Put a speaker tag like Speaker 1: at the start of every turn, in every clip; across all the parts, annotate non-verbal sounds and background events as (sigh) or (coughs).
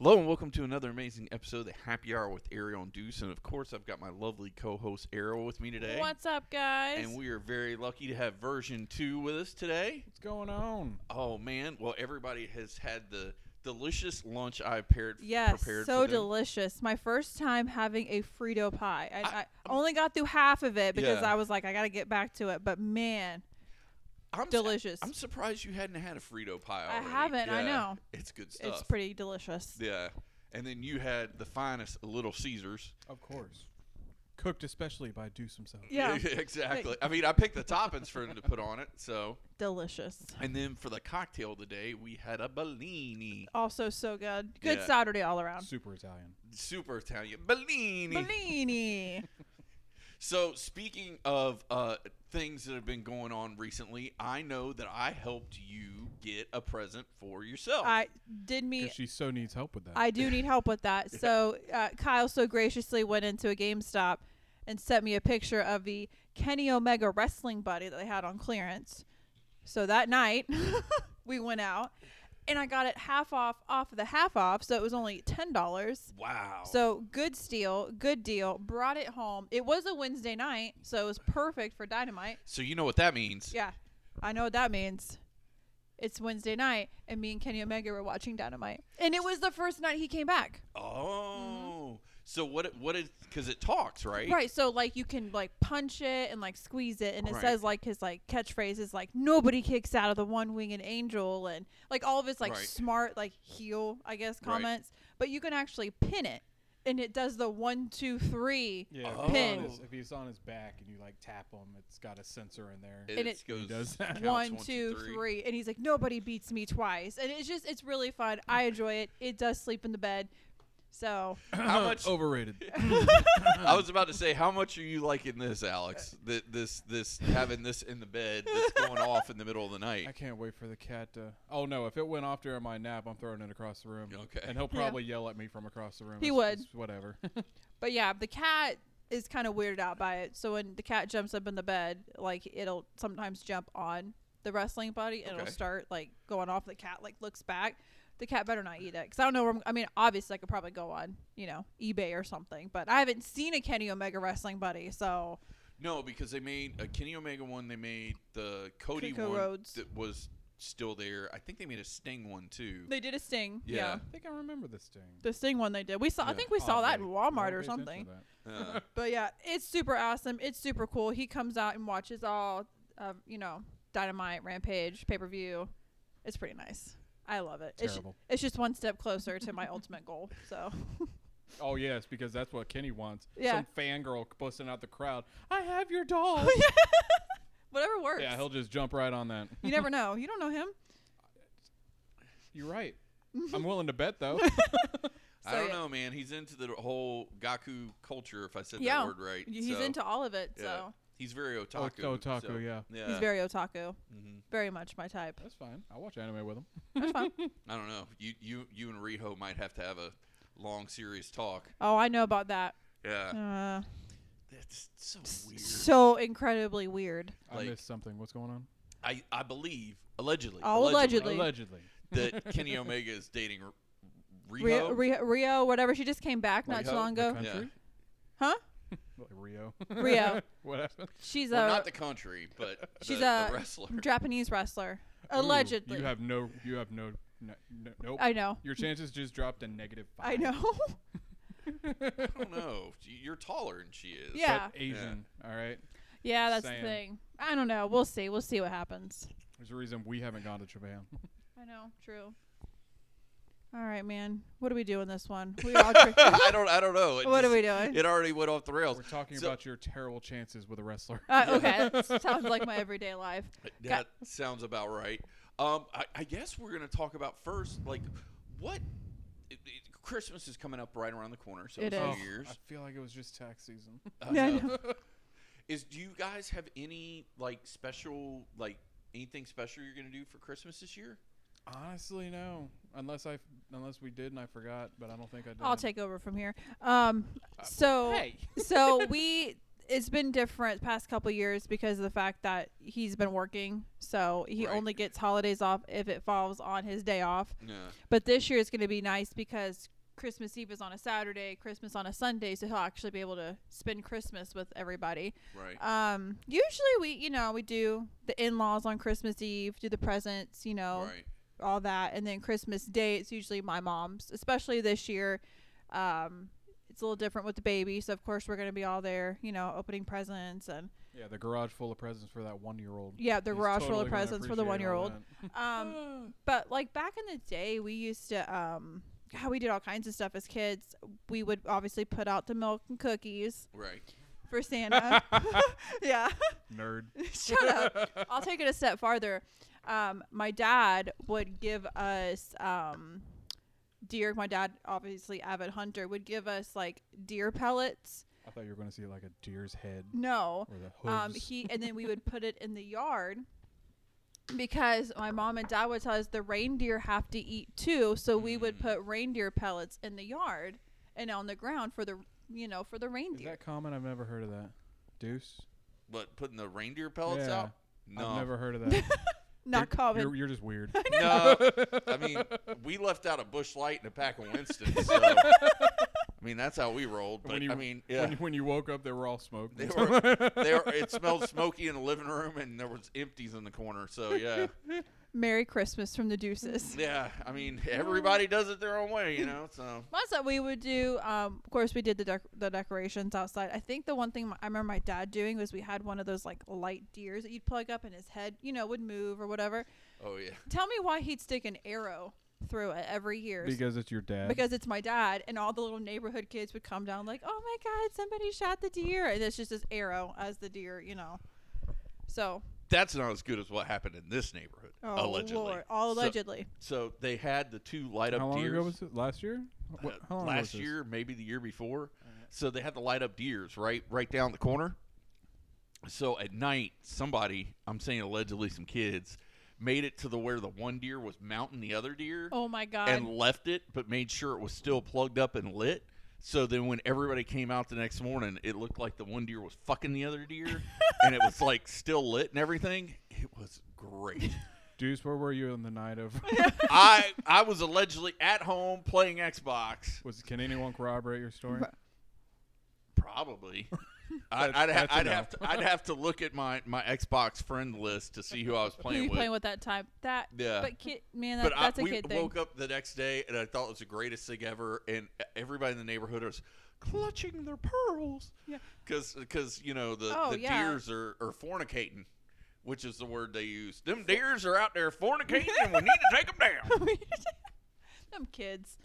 Speaker 1: Hello and welcome to another amazing episode of the Happy Hour with Ariel and Deuce, and of course I've got my lovely co-host Ariel with me today.
Speaker 2: What's up, guys?
Speaker 1: and we are very lucky to have version two with us today.
Speaker 3: What's going on?
Speaker 1: Oh man! Well, everybody has had the delicious lunch I prepared.
Speaker 2: yes,
Speaker 1: prepared for
Speaker 2: so
Speaker 1: them.
Speaker 2: delicious. My first time having a Frito pie. I,
Speaker 1: I-
Speaker 2: I, only got through half of it because
Speaker 1: Yeah.
Speaker 2: I was like, I gotta get back to it. But man,
Speaker 1: I'm su-
Speaker 2: delicious.
Speaker 1: I'm surprised you hadn't had a Frito pie.
Speaker 2: I
Speaker 1: already.
Speaker 2: haven't, I
Speaker 1: Yeah,
Speaker 2: know.
Speaker 1: it's good stuff.
Speaker 2: it's pretty delicious.
Speaker 1: Yeah, and then you had the finest Little Caesars.
Speaker 3: Of course. Cooked especially by Deuce himself.
Speaker 1: (laughs)
Speaker 2: Yeah,
Speaker 1: exactly. I mean, I picked the toppings for them to put on it. So,
Speaker 2: delicious.
Speaker 1: and then for the cocktail today, we had a Bellini.
Speaker 2: Also so good. Good
Speaker 1: Yeah.
Speaker 2: Saturday all around.
Speaker 3: Super Italian.
Speaker 1: super Italian Bellini. (laughs)
Speaker 2: Bellini.
Speaker 1: So speaking of uh, things that have been going on recently, I know that I helped you get a present for yourself.
Speaker 2: I did me.
Speaker 3: Because she so needs help with that.
Speaker 2: I do need help with that. So uh, Kyle so graciously went into a GameStop and sent me a picture of the Kenny Omega wrestling buddy that they had on clearance. So that night (laughs) we went out and I got it half off off of the half off, so it was only ten dollars.
Speaker 1: wow.
Speaker 2: So good steal, good deal. Brought it home. It was a Wednesday night, so it was perfect for dynamite.
Speaker 1: so you know what that means.
Speaker 2: Yeah, I know what that means. It's Wednesday night, and me and Kenny Omega were watching Dynamite, and it was the first night he came back.
Speaker 1: Oh. So what? It, what is? Because it talks, right?
Speaker 2: Mm-hmm. Right. So like you can like punch it and like squeeze it, and it
Speaker 1: Right.
Speaker 2: says like his like catchphrase is like nobody kicks out of the one winged angel, and like all of his like
Speaker 1: Right.
Speaker 2: smart like heel I guess
Speaker 1: Right.
Speaker 2: comments. But you can actually pin it, and it does the one two three.
Speaker 3: Yeah,
Speaker 1: Oh.
Speaker 3: if, he's on
Speaker 2: Pin.
Speaker 3: his, if he's on his back and you like tap him, it's got a sensor in there.
Speaker 1: It,
Speaker 2: And it
Speaker 1: goes
Speaker 3: does
Speaker 1: counts
Speaker 2: (laughs)
Speaker 3: that.
Speaker 2: One, two, three,
Speaker 1: three.
Speaker 2: and he's like, nobody beats me twice, and it's just, it's really fun. I enjoy it. It does sleep in the bed, so
Speaker 1: How much-
Speaker 3: (coughs) overrated?
Speaker 1: I was about to say, how much are you liking this, Alex? Th- This, this, having this in the bed that's
Speaker 3: (laughs)
Speaker 1: going off in the middle of the night.
Speaker 3: I can't wait for the cat to. Oh no! If it went off during my nap, I'm throwing it across the room.
Speaker 1: Okay.
Speaker 3: And he'll
Speaker 2: Yeah.
Speaker 3: probably yell at me from across the room.
Speaker 2: He
Speaker 3: It's-
Speaker 2: would.
Speaker 3: it's whatever. (laughs)
Speaker 2: But yeah, the cat is kind of weirded out by it. So when the cat jumps up in the bed, like it'll sometimes jump on the wrestling buddy and
Speaker 1: Okay.
Speaker 2: it'll start like going off. The cat like looks back. The cat better not eat it because I don't know where I'm. I mean, obviously, I could probably go on, you know, eBay or something, but I haven't seen a Kenny Omega wrestling buddy, so
Speaker 1: No, because they made a Kenny Omega one. They made the Cody
Speaker 2: Kiko
Speaker 1: one
Speaker 2: Rhodes.
Speaker 1: that was still there. I think they made a Sting one too.
Speaker 2: they did a sting. Yeah,
Speaker 1: Yeah.
Speaker 3: I think I remember this thing.
Speaker 2: the sting one they did. We saw. I
Speaker 1: Yeah, Oh,
Speaker 2: think we saw that in
Speaker 3: Oddly.
Speaker 2: Walmart
Speaker 3: Nobody
Speaker 2: or
Speaker 3: pays attention
Speaker 2: something.
Speaker 3: to
Speaker 2: (laughs)
Speaker 3: that.
Speaker 1: Uh,
Speaker 2: But yeah, it's super awesome. It's super cool. He comes out and watches all, uh, you know, Dynamite, Rampage, pay per view. It's pretty nice. I love it. It's,
Speaker 3: Terrible.
Speaker 2: it's just one step closer to my (laughs) ultimate goal. So
Speaker 3: Oh yes, because that's what Kenny wants.
Speaker 2: Yeah.
Speaker 3: Some fangirl busting out the crowd. I have your
Speaker 2: (laughs)
Speaker 3: doll. (laughs)
Speaker 2: whatever works.
Speaker 3: yeah, he'll just jump right on that.
Speaker 2: (laughs) you never know. You don't know him.
Speaker 3: You're right. I'm willing to bet though.
Speaker 1: I
Speaker 2: So,
Speaker 1: don't
Speaker 2: yeah.
Speaker 1: know, man. He's into the whole Gaku culture, if I said
Speaker 2: Yeah.
Speaker 1: that word right.
Speaker 2: He's
Speaker 1: So,
Speaker 2: into all of it.
Speaker 1: yeah.
Speaker 2: So
Speaker 1: He's very otaku.
Speaker 3: otaku,
Speaker 1: Oh, so,
Speaker 3: yeah.
Speaker 1: Yeah.
Speaker 2: he's very otaku.
Speaker 1: Mhm.
Speaker 2: Very much my type.
Speaker 3: That's fine. I'll watch anime with him.
Speaker 2: That's fine.
Speaker 1: I don't know. You, you, you and Riho might have to have a long, serious talk.
Speaker 2: oh, I know about that.
Speaker 1: Yeah.
Speaker 2: Uh,
Speaker 1: That's so weird.
Speaker 2: so incredibly weird.
Speaker 1: Like-
Speaker 3: I missed something. What's going on?
Speaker 1: I, I believe allegedly.
Speaker 2: Oh, allegedly.
Speaker 3: Allegedly.
Speaker 1: that Kenny
Speaker 2: (laughs)
Speaker 1: Omega is dating R-
Speaker 2: Rio,
Speaker 1: Riho.
Speaker 2: Rio, Rio, whatever. She just came back not
Speaker 1: Riho?
Speaker 2: too long ago.
Speaker 1: Okay.
Speaker 3: Country?
Speaker 2: Huh?
Speaker 3: Like Rio. (laughs)
Speaker 2: Rio.
Speaker 3: what happened?
Speaker 2: She's
Speaker 1: well,
Speaker 2: a
Speaker 1: not the country,
Speaker 2: (laughs)
Speaker 1: but
Speaker 2: She's
Speaker 1: the,
Speaker 2: a
Speaker 1: the wrestler.
Speaker 2: Japanese wrestler.
Speaker 3: Ooh,
Speaker 2: Allegedly.
Speaker 3: you have no. You have no. no, no nope.
Speaker 2: I know.
Speaker 3: Your chances just dropped to negative five.
Speaker 2: I know.
Speaker 3: (laughs)
Speaker 1: I don't know. You're taller than she is.
Speaker 2: Yeah.
Speaker 3: But Asian. All right.
Speaker 2: (laughs) yeah, that's
Speaker 3: Saying.
Speaker 2: the thing. I don't know. We'll see. We'll see what happens.
Speaker 3: There's a reason we haven't gone to Japan.
Speaker 2: I know. True. All right, man. What are we doing this one? (laughs) We are all tri-
Speaker 1: (laughs) I don't. I don't know. It
Speaker 2: What are
Speaker 1: just-
Speaker 2: we doing?
Speaker 1: It already went off the rails.
Speaker 3: We're talking
Speaker 1: So-
Speaker 3: about your terrible chances with a wrestler.
Speaker 2: uh, okay, that sounds like my everyday life.
Speaker 1: That sounds about right. Um, I, I guess we're gonna talk about first, like, what it, it- Christmas is coming up right around the corner, so
Speaker 2: It
Speaker 1: it's
Speaker 2: is. Oh.
Speaker 1: New
Speaker 3: Oh,
Speaker 1: Year's.
Speaker 3: I feel like it was just tax season.
Speaker 1: I
Speaker 2: Yeah, I
Speaker 1: know. (laughs) is do you guys have any like special, like anything special you're gonna do for Christmas this year?
Speaker 3: Honestly, no. Unless I, f- unless we did and I forgot, but I don't think I did.
Speaker 1: (laughs)
Speaker 2: I'll take over from here. Um, so so we it's been different past couple years because of the fact that he's been working, so he
Speaker 1: Right.
Speaker 2: only gets holidays off if it falls on his day off.
Speaker 1: Yeah.
Speaker 2: But this year it's going to be nice because Christmas Eve is on a Saturday, Christmas on a Sunday, so he'll actually be able to spend Christmas with everybody.
Speaker 1: Right.
Speaker 2: Um, usually we, you know, we do the in-laws on Christmas Eve, do the presents, you know,
Speaker 1: Right.
Speaker 2: all that, and then Christmas Day it's usually my mom's. Especially this year, um, it's a little different with the baby, so of course we're going to be all there, you know, opening presents and
Speaker 3: Yeah, the garage full of presents for that one year old.
Speaker 2: yeah, the garage full of presents for the one-year-old. Um,
Speaker 3: (gasps)
Speaker 2: but like back in the day, we used to um, how we did all kinds of stuff as kids. We would obviously put out the milk and cookies
Speaker 1: Right.
Speaker 2: for Santa. (laughs) yeah. (laughs)
Speaker 3: Nerd.
Speaker 2: Shut up. I'll take it a step farther. Um, my dad would give us um, deer. My dad, obviously avid hunter, would give us like deer pellets.
Speaker 3: I thought you were going to see like a deer's head
Speaker 2: No,
Speaker 3: or the hooves.
Speaker 2: um, he and then we would put it in the yard because my mom and dad would tell us the reindeer have to eat too. So we would
Speaker 1: Mm.
Speaker 2: put reindeer pellets in the yard and on the ground for the you know for the
Speaker 3: Is
Speaker 2: reindeer.
Speaker 3: that common? I've never heard of that. Deuce.
Speaker 1: But putting the reindeer pellets
Speaker 3: Yeah.
Speaker 1: out? No.
Speaker 3: I've
Speaker 2: (laughs)
Speaker 3: never heard of that.
Speaker 2: Not
Speaker 3: You're-
Speaker 2: common.
Speaker 3: You're, you're
Speaker 2: (laughs)
Speaker 3: just weird.
Speaker 1: No, (laughs) I mean, we left out a bush light and a pack of Winston. So,
Speaker 3: (laughs)
Speaker 1: I mean, that's how we rolled.
Speaker 3: When
Speaker 1: But
Speaker 3: you-
Speaker 1: I mean, yeah,
Speaker 3: when, you, (laughs) when you woke up, they were all smoked. (laughs)
Speaker 1: They were- they
Speaker 2: (laughs)
Speaker 1: were- it smelled smoky in the living room, and there was empties in the corner. So yeah,
Speaker 2: Merry Christmas from the Deuces. (laughs)
Speaker 1: yeah. I mean, everybody does it their own way, you know. So
Speaker 2: Most that uh, we would do, um, of course, we did the dec- the decorations outside. I think the one thing my- I remember my dad doing was we had one of those like light deers that you'd plug up and his head, you know, would move or whatever.
Speaker 1: oh yeah,
Speaker 2: Tell me why he'd stick an arrow through it every year.
Speaker 3: because it's your dad.
Speaker 2: because it's my dad, and all the little neighborhood kids would come down like, "Oh my God, somebody shot the deer!" And it's just this arrow as the deer, you know. So,
Speaker 1: that's not as good as what happened in this neighborhood.
Speaker 2: oh
Speaker 1: allegedly,
Speaker 2: Lord, all
Speaker 1: So-
Speaker 2: allegedly.
Speaker 1: So, they had the two light up
Speaker 3: how long
Speaker 1: deers.
Speaker 3: ago was it? Last year? What,
Speaker 1: uh,
Speaker 3: how long ago was
Speaker 1: last
Speaker 3: this?
Speaker 1: year, maybe the year before. So they had the light up deers right right down the corner. So at night, somebody, I'm saying allegedly some kids, made it to the where the one deer was mounting the other deer
Speaker 2: oh my God.
Speaker 1: and left it, but made sure it was still plugged up and lit. So then when everybody came out the next morning, it looked like the one deer was fucking the other
Speaker 2: (laughs)
Speaker 1: deer and it was like still lit and everything. It was
Speaker 2: (laughs)
Speaker 1: great.
Speaker 3: Deuce, where were you on the night of? (laughs)
Speaker 1: I I was allegedly at home playing Xbox.
Speaker 3: was Can anyone corroborate your story?
Speaker 2: Right. (laughs)
Speaker 1: Probably. I'd, I'd, ha-
Speaker 3: that's a
Speaker 1: I'd
Speaker 3: no.
Speaker 1: have to I'd have to look at my, my Xbox friend list to see who I was
Speaker 2: (laughs) Who
Speaker 1: playing
Speaker 2: you
Speaker 1: with.
Speaker 2: playing with that time? That.
Speaker 1: Yeah.
Speaker 2: But kid, man, that,
Speaker 1: but
Speaker 2: that's
Speaker 1: I,
Speaker 2: a
Speaker 1: we
Speaker 2: kid thing.
Speaker 1: woke up the next day and I thought it was the greatest thing ever, and e, everybody in the neighborhood was clutching their pearls.
Speaker 2: Yeah.
Speaker 1: because you know the,
Speaker 2: Oh,
Speaker 1: the
Speaker 2: yeah.
Speaker 1: deers are, are fornicating, which is the word they use. Them deers are out there fornicating, and we need to take them down.
Speaker 2: Them kids.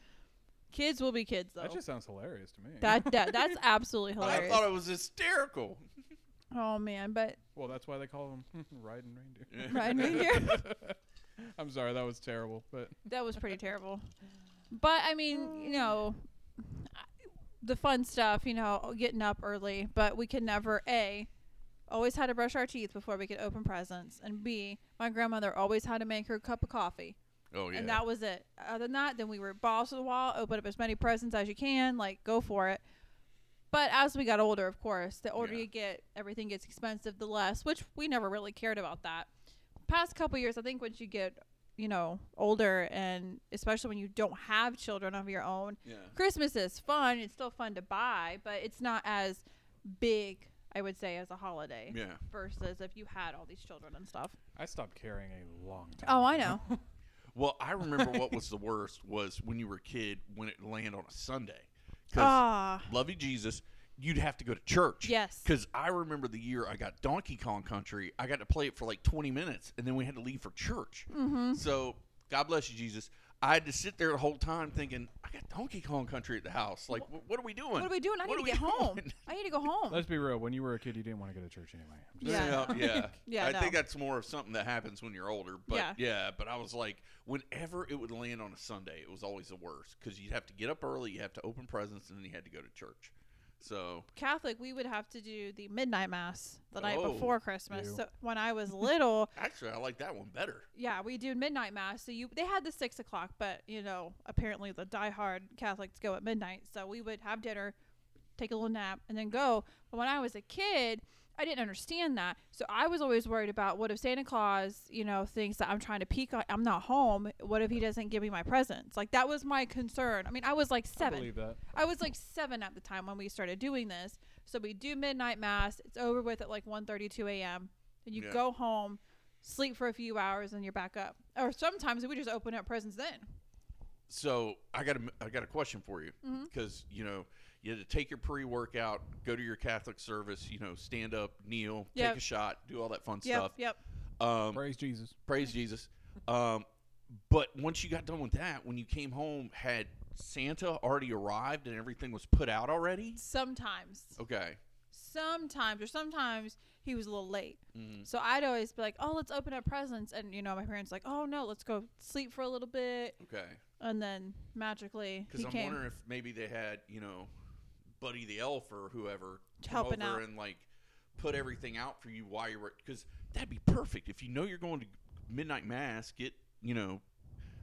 Speaker 2: Kids will be kids though.
Speaker 3: That just sounds hilarious to me.
Speaker 2: that, that that's absolutely
Speaker 1: I
Speaker 2: (laughs) hilarious.
Speaker 1: thought it was hysterical.
Speaker 2: oh
Speaker 1: (laughs)
Speaker 2: man, but
Speaker 3: (laughs) well, that's why they call them (laughs) riding reindeer. (laughs)
Speaker 2: riding reindeer.
Speaker 3: I'm sorry, that was terrible, but
Speaker 2: that was pretty terrible. But I mean, you know, I- the fun stuff, you know, oh, getting up early, but we could never a always had to brush our teeth before we could open presents, and b my grandmother always had to make her cup of coffee,
Speaker 1: Oh yeah,
Speaker 2: and that was it. Other than that, then we were balls to the wall, open up as many presents as you can, like go for it. But as we got older, of course, the older
Speaker 1: Yeah.
Speaker 2: you get, everything gets expensive, the less, which we never really cared about that. Past couple years, I think once you get, you know, older and especially when you don't have children of your own, (laughs)
Speaker 1: yeah.
Speaker 2: Christmas is fun. It's still fun to buy, but it's not as big, I would say, as a holiday
Speaker 1: Yeah.
Speaker 2: versus if you had all these children and stuff.
Speaker 3: I stopped caring a long time.
Speaker 2: Oh, I know.
Speaker 1: Well, I remember what was the worst was when you were a kid when it landed on a Sunday. 'Cause
Speaker 2: Ah,
Speaker 1: love you jesus you'd have to go to church
Speaker 2: Yes.
Speaker 1: because i remember the year i got donkey kong country i got to play it for like 20 minutes and then we had to leave for church
Speaker 2: Mm-hmm.
Speaker 1: so god bless you jesus i had to sit there the whole time thinking i got donkey kong country at the house like wh- what are we doing
Speaker 2: what are we doing? I need
Speaker 1: What
Speaker 2: to
Speaker 1: are (laughs)
Speaker 2: get
Speaker 1: we
Speaker 2: home.
Speaker 1: doing?
Speaker 2: I need to go home.
Speaker 3: (laughs) Let's be real. When you were a kid, you didn't want to go to church anyway. I'm just-
Speaker 2: Yeah,
Speaker 1: (laughs) yeah,
Speaker 2: I know.
Speaker 1: yeah.
Speaker 2: Yeah,
Speaker 1: I
Speaker 2: no.
Speaker 1: think that's more of something that happens when you're older. But
Speaker 2: Yeah.
Speaker 1: yeah. but I was like, whenever it would land on a Sunday, it was always the worst because you'd have to get up early, you have to open presents, and then you had to go to church. So
Speaker 2: Catholic, we would have to do the midnight mass the night
Speaker 1: Oh.
Speaker 2: before Christmas.
Speaker 3: Ew.
Speaker 2: So when I was little,
Speaker 1: actually, I like that one better.
Speaker 2: yeah, we did midnight mass. So you, they had the six o'clock, but you know, apparently the diehard Catholics go at midnight. So we would have dinner, take a little nap, and then go. But when I was a kid, I didn't understand that. So I was always worried about what if Santa Claus, you know, thinks that I'm trying to peek on, I'm not home. What if he doesn't give me my presents? Like that was my concern. I mean, I was like
Speaker 3: I
Speaker 2: seven.
Speaker 3: believe that.
Speaker 2: I was like seven at the time when we started doing this. So we do midnight mass. It's over with at like 1.32 a.m. And you
Speaker 1: Yeah.
Speaker 2: go home, sleep for a few hours, and you're back up. Or sometimes we just open up presents then.
Speaker 1: so I got a, I got a question for you
Speaker 2: Mhm.
Speaker 1: because you know you had to take your pre-workout, go to your Catholic service, you know, stand up, kneel,
Speaker 2: Yep.
Speaker 1: take a shot, do all that fun
Speaker 2: Yep, yep.
Speaker 1: stuff. Um,
Speaker 3: Praise Jesus.
Speaker 1: praise Jesus. Um, but once you got done with that, when you came home, had Santa already arrived and everything was put out already?
Speaker 2: Sometimes.
Speaker 1: Okay.
Speaker 2: Sometimes or sometimes he was a little late.
Speaker 1: Mm.
Speaker 2: So I'd always be like, "Oh, let's open up presents," and you know, my parents like, "Oh no, let's go sleep for a little bit,"
Speaker 1: Okay.
Speaker 2: and then magically
Speaker 1: Because
Speaker 2: he
Speaker 1: I'm
Speaker 2: came.
Speaker 1: wondering if maybe they had you know Buddy the Elf or whoever come
Speaker 2: Helping
Speaker 1: over
Speaker 2: out.
Speaker 1: and like put everything out for you while you were because that'd be perfect if you know you're going to midnight mass. Get you know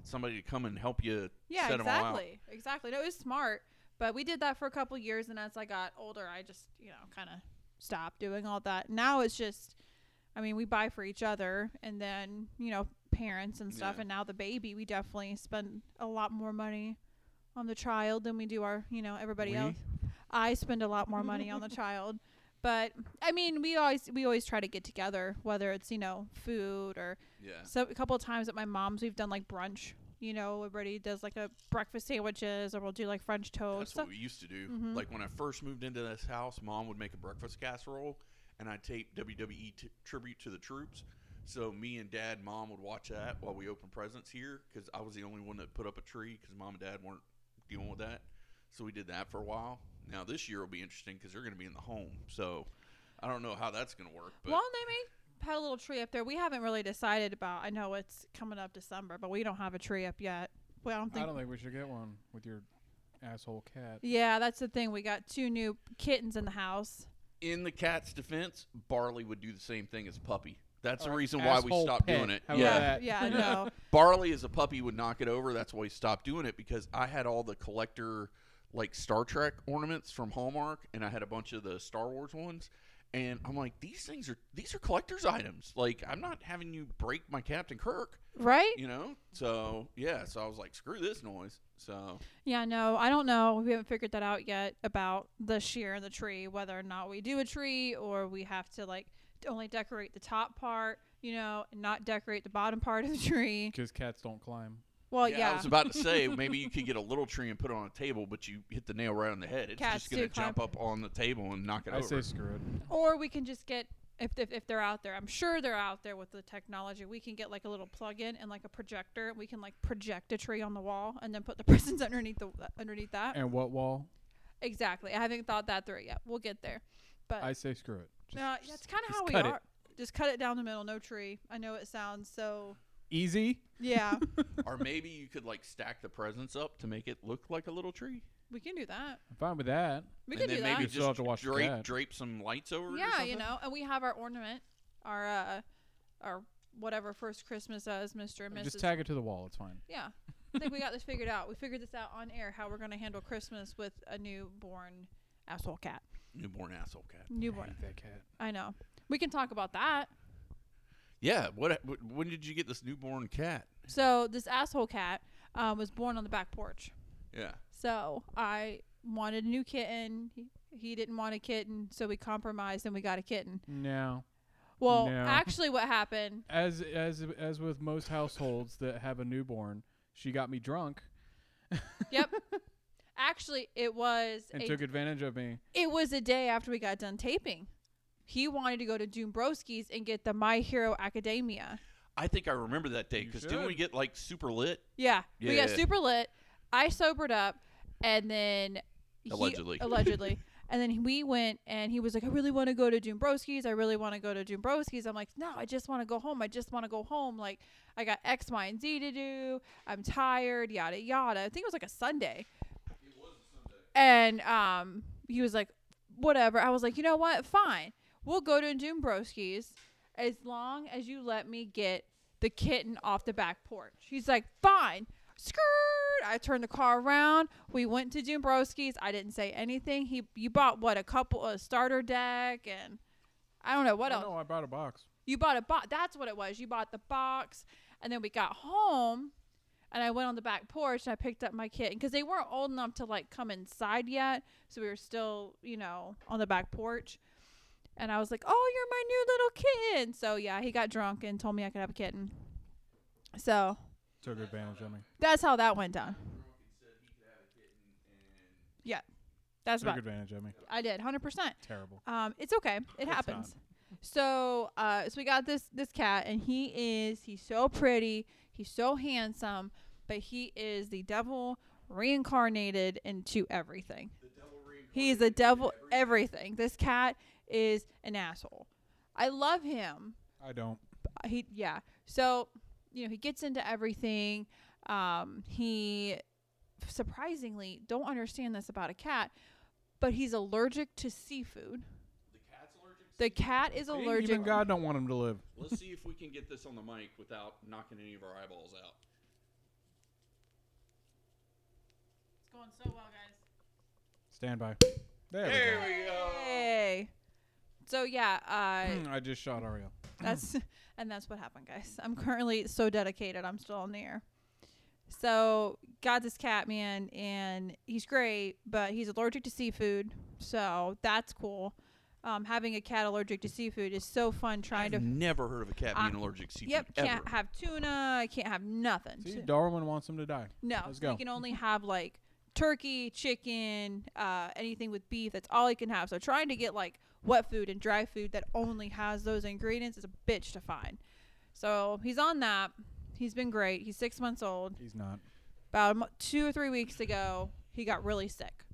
Speaker 1: somebody to come and help you
Speaker 2: Yeah,
Speaker 1: set them all out.
Speaker 2: exactly, exactly. No, it was smart, but we did that for a couple years, and as I got older, I just you know kind of stopped doing all that. Now it's just, I mean, we buy for each other, and then you know parents and stuff,
Speaker 1: Yeah.
Speaker 2: and now the baby, we definitely spend a lot more money on the child than we do our you know everybody
Speaker 1: We?
Speaker 2: else. I spend a lot more
Speaker 1: (laughs)
Speaker 2: money on the child. But I mean, we always we always try to get together, whether it's you know food or
Speaker 1: Yeah.
Speaker 2: so a couple of times at my mom's, we've done like brunch. You know, everybody does like a breakfast sandwiches, or we'll do like French
Speaker 1: That's
Speaker 2: toast.
Speaker 1: what
Speaker 2: So-
Speaker 1: we used to do.
Speaker 2: Mhm.
Speaker 1: Like when I first moved into this house, mom would make a breakfast casserole, and I'd tape WWE t- tribute to the troops. So me and dad, and mom would watch that while we opened presents here because I was the only one that put up a tree because mom and dad weren't dealing with that. So we did that for a while. Now this year will be interesting because they're going to be in the home. So I don't know how that's going to work. But
Speaker 2: well, they may have a little tree up there. We haven't really decided about. I know it's coming up December, but we don't have a tree up yet. Well, I don't
Speaker 3: I
Speaker 2: think.
Speaker 3: don't think we should get one with your asshole cat.
Speaker 2: yeah, that's the thing. We got two new kittens in the house.
Speaker 1: in the cat's defense, Barley would do the same thing as Puppy. That's the
Speaker 3: Or
Speaker 1: reason why we
Speaker 3: asshole
Speaker 1: stopped
Speaker 3: pet.
Speaker 1: doing it.
Speaker 3: How about
Speaker 1: yeah.
Speaker 3: that? (laughs)
Speaker 2: yeah, no.
Speaker 1: Barley as a puppy would knock it over. That's why he stopped doing it because I had all the collector like Star Trek ornaments from Hallmark, and I had a bunch of the Star Wars ones. And I'm like, these things are these are collectors items. Like I'm not having you break my Captain Kirk,
Speaker 2: right?
Speaker 1: you know. So yeah, so I was like, screw this noise. So
Speaker 2: Yeah, no, I don't know. We haven't figured that out yet about the shear and the tree, whether or not we do a tree or we have to like d- only decorate the top part, you know, and not decorate the bottom part of the tree.
Speaker 3: Because cats don't climb.
Speaker 2: Well,
Speaker 1: yeah, I
Speaker 2: yeah,
Speaker 1: was
Speaker 2: (laughs)
Speaker 1: about to say maybe you could get a little tree and put it on a table, but you hit the nail right on the head. It's
Speaker 2: Cats
Speaker 1: just gonna
Speaker 2: do climb-
Speaker 1: jump up on the table and knock it
Speaker 3: I
Speaker 1: over.
Speaker 3: say screw it.
Speaker 2: or we can just get if, if if they're out there. I'm sure they're out there with the technology. We can get like a little plug-in and like a projector. We can like project a tree on the wall and then put the (laughs) presents underneath the underneath that.
Speaker 3: And what wall?
Speaker 2: Exactly. I haven't thought that through yet. We'll get there. But
Speaker 3: I say screw it. Just,
Speaker 2: No,
Speaker 3: just
Speaker 2: that's kind of
Speaker 3: just
Speaker 2: how we
Speaker 3: cut it.
Speaker 2: are. Just cut it down the middle, no tree. I know it sounds so.
Speaker 3: easy. (laughs)
Speaker 2: Yeah,
Speaker 1: or maybe you could like stack the presents up to make it look like a little tree.
Speaker 2: we can do that.
Speaker 3: I'm fine with that.
Speaker 2: We
Speaker 1: and
Speaker 2: can do
Speaker 1: then
Speaker 2: that.
Speaker 1: maybe
Speaker 3: You still
Speaker 1: just
Speaker 3: have to watch the
Speaker 1: drape,
Speaker 3: cat.
Speaker 1: drape some lights over it. or
Speaker 2: yeah, you
Speaker 1: something?
Speaker 2: know, and we have our ornament, our uh, our whatever first Christmas is, Mister and Mrs.
Speaker 3: Just tag it to the wall. It's fine.
Speaker 2: yeah, I think we got this figured out. We figured this out on air how we're gonna handle Christmas with a newborn asshole cat.
Speaker 1: Newborn asshole cat.
Speaker 2: Newborn.
Speaker 3: Hate that cat.
Speaker 2: I know. We can talk about that.
Speaker 1: Yeah. What? wh- When did you get this newborn cat?
Speaker 2: So this asshole cat um, was born on the back porch.
Speaker 1: Yeah.
Speaker 2: So I wanted a new kitten. He, he didn't want a kitten, so we compromised and we got a kitten.
Speaker 3: Now,
Speaker 2: Well,
Speaker 3: No. (laughs)
Speaker 2: actually, what happened?
Speaker 3: as as as with most households that have a newborn, she got me drunk
Speaker 2: Yep. actually, it was
Speaker 3: and
Speaker 2: a,
Speaker 3: took advantage of me.
Speaker 2: it was a day after we got done taping. He wanted to go to Doombrowski's and get the My Hero Academia.
Speaker 1: I think I remember that day
Speaker 3: You
Speaker 1: because didn't we
Speaker 3: should.
Speaker 1: get like super lit
Speaker 2: Yeah, we got
Speaker 1: Yeah.
Speaker 2: super lit. I sobered up, and then he-
Speaker 1: Allegedly. (laughs)
Speaker 2: allegedly, and then we went, and he was like, "I really want to go to Doombrowski's. I really want to go to Doombrowski's." I'm like, "No, I just want to go home. I just want to go home. Like, I got X, Y, and Z to do. I'm tired. Yada yada." I think it was like a Sunday. And um, he was like, "Whatever." I was like, "You know what? Fine. We'll go to Doombrowski's as long as you let me get." The kitten off the back porch. He's like, fine. skirt. I turned the car around. We went to Dombrowski's. I didn't say anything. He, you bought what a couple a starter deck and I don't know what
Speaker 3: Oh,
Speaker 2: else.
Speaker 3: no, I bought a box.
Speaker 2: You bought a box. That's what it was. You bought the box, and then we got home, and I went on the back porch and I picked up my kitten because they weren't old enough to like come inside yet, so we were still, you know, on the back porch. And I was like, "Oh, you're my new little kitten." So yeah, he got drunk and told me I could have a kitten. So
Speaker 3: Took advantage of me.
Speaker 2: that's how that went down. Yeah, that's
Speaker 3: Took
Speaker 2: what
Speaker 3: advantage of me.
Speaker 2: I did, hundred percent.
Speaker 3: Terrible.
Speaker 2: Um, it's okay. It
Speaker 3: not.
Speaker 2: happens. So, uh, so we got this this cat, and he is he's so pretty, he's so handsome, but he is the devil reincarnated into everything. He is the devil everything. This cat is an asshole. I love him.
Speaker 3: I don't.
Speaker 2: Uh, He yeah. So, you know, he gets into everything. Um, he surprisingly don't understand this about a cat, but he's allergic to seafood. The cat is allergic.
Speaker 3: Even God don't want him to live.
Speaker 1: Let's see if we can get this on the mic without knocking any of our eyeballs out.
Speaker 2: It's going so well, guys.
Speaker 3: Stand by. There
Speaker 1: There we go.
Speaker 2: Hey. So yeah,
Speaker 3: we
Speaker 2: uh,
Speaker 1: Hmm.
Speaker 3: go. Mm, I just shot Ariel.
Speaker 2: that's (laughs) and that's what happened, guys. I'm currently so dedicated. I'm still on the air. So got this cat man, and he's great, but he's allergic to seafood. So that's cool. Um, having a cat allergic to seafood is so fun. Trying
Speaker 1: I've
Speaker 2: to
Speaker 1: never heard of a cat
Speaker 2: I-
Speaker 1: being allergic to seafood.
Speaker 2: yep,
Speaker 1: ever.
Speaker 2: can't have tuna. I can't have nothing.
Speaker 3: See,
Speaker 2: So-
Speaker 3: Darwin wants him to die.
Speaker 2: No,
Speaker 3: Let's
Speaker 2: so
Speaker 3: go.
Speaker 2: you can only have like turkey, chicken, uh, anything with beef. That's all you can have. So trying to get like wet food and dry food that only has those ingredients is a bitch to find. So he's on that. He's been great. He's six months old.
Speaker 3: He's not.
Speaker 2: About a mo- two or three weeks ago, he got really sick.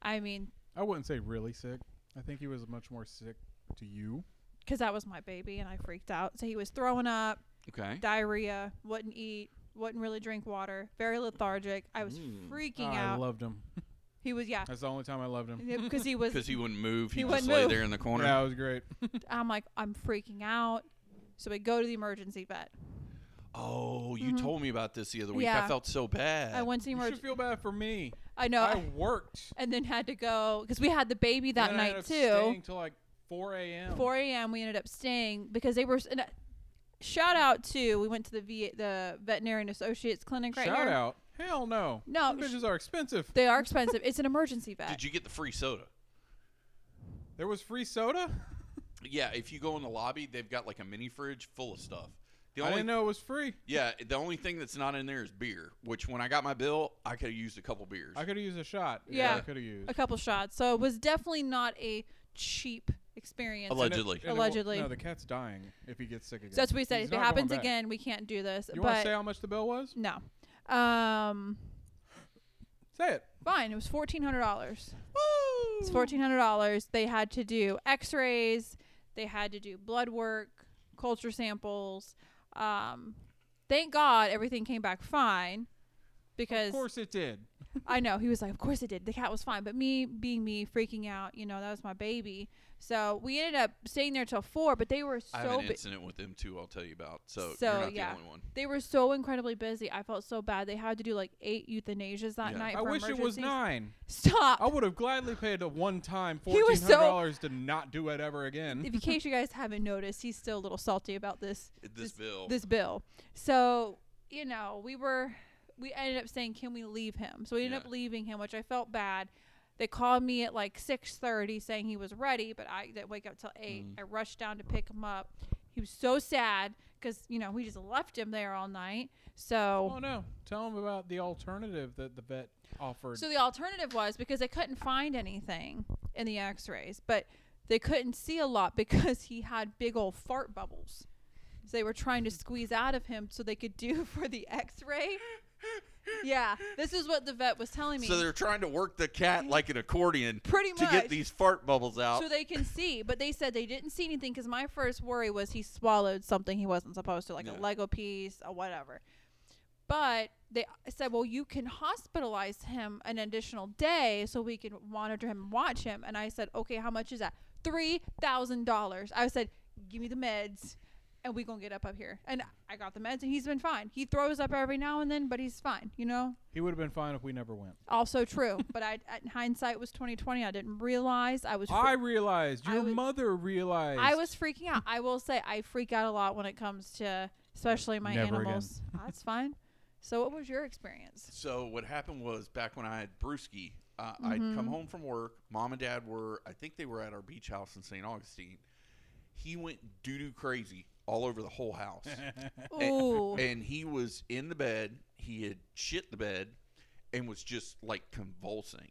Speaker 2: I mean,
Speaker 3: I wouldn't say really sick. I think he was much more sick to you.
Speaker 2: because that was my baby and I freaked out. So he was throwing up,
Speaker 1: Okay.
Speaker 2: diarrhea, wouldn't eat, wouldn't really drink water, very lethargic. I was
Speaker 1: Mm.
Speaker 2: freaking
Speaker 3: I
Speaker 2: out.
Speaker 3: loved him.
Speaker 2: he was,
Speaker 3: (laughs)
Speaker 2: yeah,
Speaker 3: That's the only time I loved him. (laughs)
Speaker 2: because he
Speaker 1: (laughs)
Speaker 2: was
Speaker 1: Because he wouldn't move. He,
Speaker 2: He
Speaker 1: just
Speaker 2: wouldn't
Speaker 1: lay
Speaker 2: move.
Speaker 1: there in the corner.
Speaker 3: Yeah, it was great.
Speaker 2: I'm like, I'm freaking out. So we go to the emergency vet.
Speaker 1: Oh, you
Speaker 2: Mhm.
Speaker 1: told me about this the other week. I
Speaker 2: Yeah.
Speaker 1: felt so bad.
Speaker 2: I went to the
Speaker 3: You should
Speaker 2: emergency.
Speaker 3: feel bad for me.
Speaker 2: I know.
Speaker 3: I worked
Speaker 2: (laughs) and then had to go because we had the baby that
Speaker 3: And I ended
Speaker 2: night
Speaker 3: up
Speaker 2: too.
Speaker 3: Staying till like 4 a.m.
Speaker 2: 4 a.m. We ended up staying because they were. s- And, uh, shout out to we went to the v, the veterinarian associates clinic right
Speaker 3: Shout
Speaker 2: here.
Speaker 3: out. Hell no.
Speaker 2: No,
Speaker 3: Them
Speaker 2: sh-
Speaker 3: bitches are expensive.
Speaker 2: They are expensive. it's an emergency vet.
Speaker 1: Did you get the free soda?
Speaker 3: There was free soda.
Speaker 1: Yeah, if you go in the lobby, they've got like a mini fridge full of stuff. The
Speaker 3: I
Speaker 1: only
Speaker 3: didn't know it was free.
Speaker 1: yeah, the only thing that's not in there is beer. Which when I got my bill, I could have used a couple beers.
Speaker 3: I could have used a shot. is what I
Speaker 2: Yeah.
Speaker 3: could have used.
Speaker 2: a couple shots, so it was definitely not a cheap experience.
Speaker 1: Alleg-
Speaker 3: And it-
Speaker 1: Allegedly.
Speaker 3: and it wa-
Speaker 2: Allegedly.
Speaker 3: no, the cat's dying if he gets sick again.
Speaker 2: so that's what we said.
Speaker 3: He's
Speaker 2: if it
Speaker 3: not going
Speaker 2: happens
Speaker 3: back.
Speaker 2: again, we can't do this.
Speaker 3: you want to
Speaker 2: but
Speaker 3: say how much the bill was?
Speaker 2: no, um,
Speaker 3: Say it.
Speaker 2: fine. It was fourteen hundred dollars.
Speaker 3: Woo!
Speaker 2: It's fourteen hundred dollars. They had to do X-rays. They had to do blood work, culture samples. Um, thank God everything came back fine,
Speaker 3: Of
Speaker 2: because
Speaker 3: course it did.
Speaker 2: (laughs) I know he was like, of course it did. The cat was fine, but me being me, freaking out. You know that was my baby. So we ended up staying there till four. But they were
Speaker 1: I have
Speaker 2: so
Speaker 1: an
Speaker 2: bu-
Speaker 1: incident with them too. I'll tell you about. So,
Speaker 2: So,
Speaker 1: you're not
Speaker 2: yeah.
Speaker 1: the only one.
Speaker 2: they were so incredibly busy. I felt so bad. They had to do like eight euthanasias that
Speaker 1: Yeah.
Speaker 2: night.
Speaker 3: I
Speaker 2: for
Speaker 3: wish it was
Speaker 2: emergencies.
Speaker 3: nine.
Speaker 2: Stop.
Speaker 3: I would have gladly paid a one time
Speaker 2: He
Speaker 3: fourteen
Speaker 2: was so-
Speaker 3: hundred dollars to not do it ever again.
Speaker 2: if in case you guys haven't noticed, he's still a little salty about this
Speaker 1: This, bill.
Speaker 2: this bill. So, you know, we were we ended up saying, Can we leave him? So we ended
Speaker 1: Yeah.
Speaker 2: up leaving him, which I felt bad. They called me at like six thirty saying he was ready, but I didn't wake up till eight.
Speaker 1: Mm.
Speaker 2: I rushed down to pick him up. He was so sad because, you know, we just left him there all night.
Speaker 3: oh
Speaker 2: So
Speaker 3: no! Tell him about the alternative that the vet offered.
Speaker 2: So the alternative was because they couldn't find anything in the x rays, but they couldn't see a lot (laughs) because he had big old fart bubbles. So they were trying to squeeze out of him so they could do (laughs) for the x ray. Yeah, this is what the vet was telling me.
Speaker 1: so they're trying to work the cat like an accordion
Speaker 2: Pretty
Speaker 1: to get
Speaker 2: much.
Speaker 1: these fart bubbles out.
Speaker 2: so they can see, but they said they didn't see anything because my first worry was he swallowed something he wasn't supposed to, like
Speaker 1: Yeah.
Speaker 2: a Lego piece or whatever. But they said, well, you can hospitalize him an additional day so we can monitor him and watch him. And I said, okay, how much is that? $3,000. I said, give me the meds. and we gonna get up up here. And I got the meds, and he's been fine. He throws up every now and then, but he's fine. You know,
Speaker 3: He would have been fine if we never went.
Speaker 2: also true. but I, at hindsight, was twenty twenty. I didn't realize I was. fr-
Speaker 3: I realized.
Speaker 2: I
Speaker 3: Your
Speaker 2: was-
Speaker 3: mother realized.
Speaker 2: I was freaking out. I will say I freak out a lot when it comes to especially my
Speaker 3: Never again.
Speaker 2: animals. That's fine. So what was your
Speaker 3: (laughs)
Speaker 2: experience?
Speaker 1: So what happened was back when I had Brewski, uh,
Speaker 2: Mm-hmm.
Speaker 1: I'd come home from work. Mom and Dad were, I think they were at our beach house in St. Augustine. He went doo doo crazy all over the whole
Speaker 3: (laughs)
Speaker 1: house,
Speaker 2: Ooh.
Speaker 1: and he was in the bed. He had shit the bed, and was just like convulsing.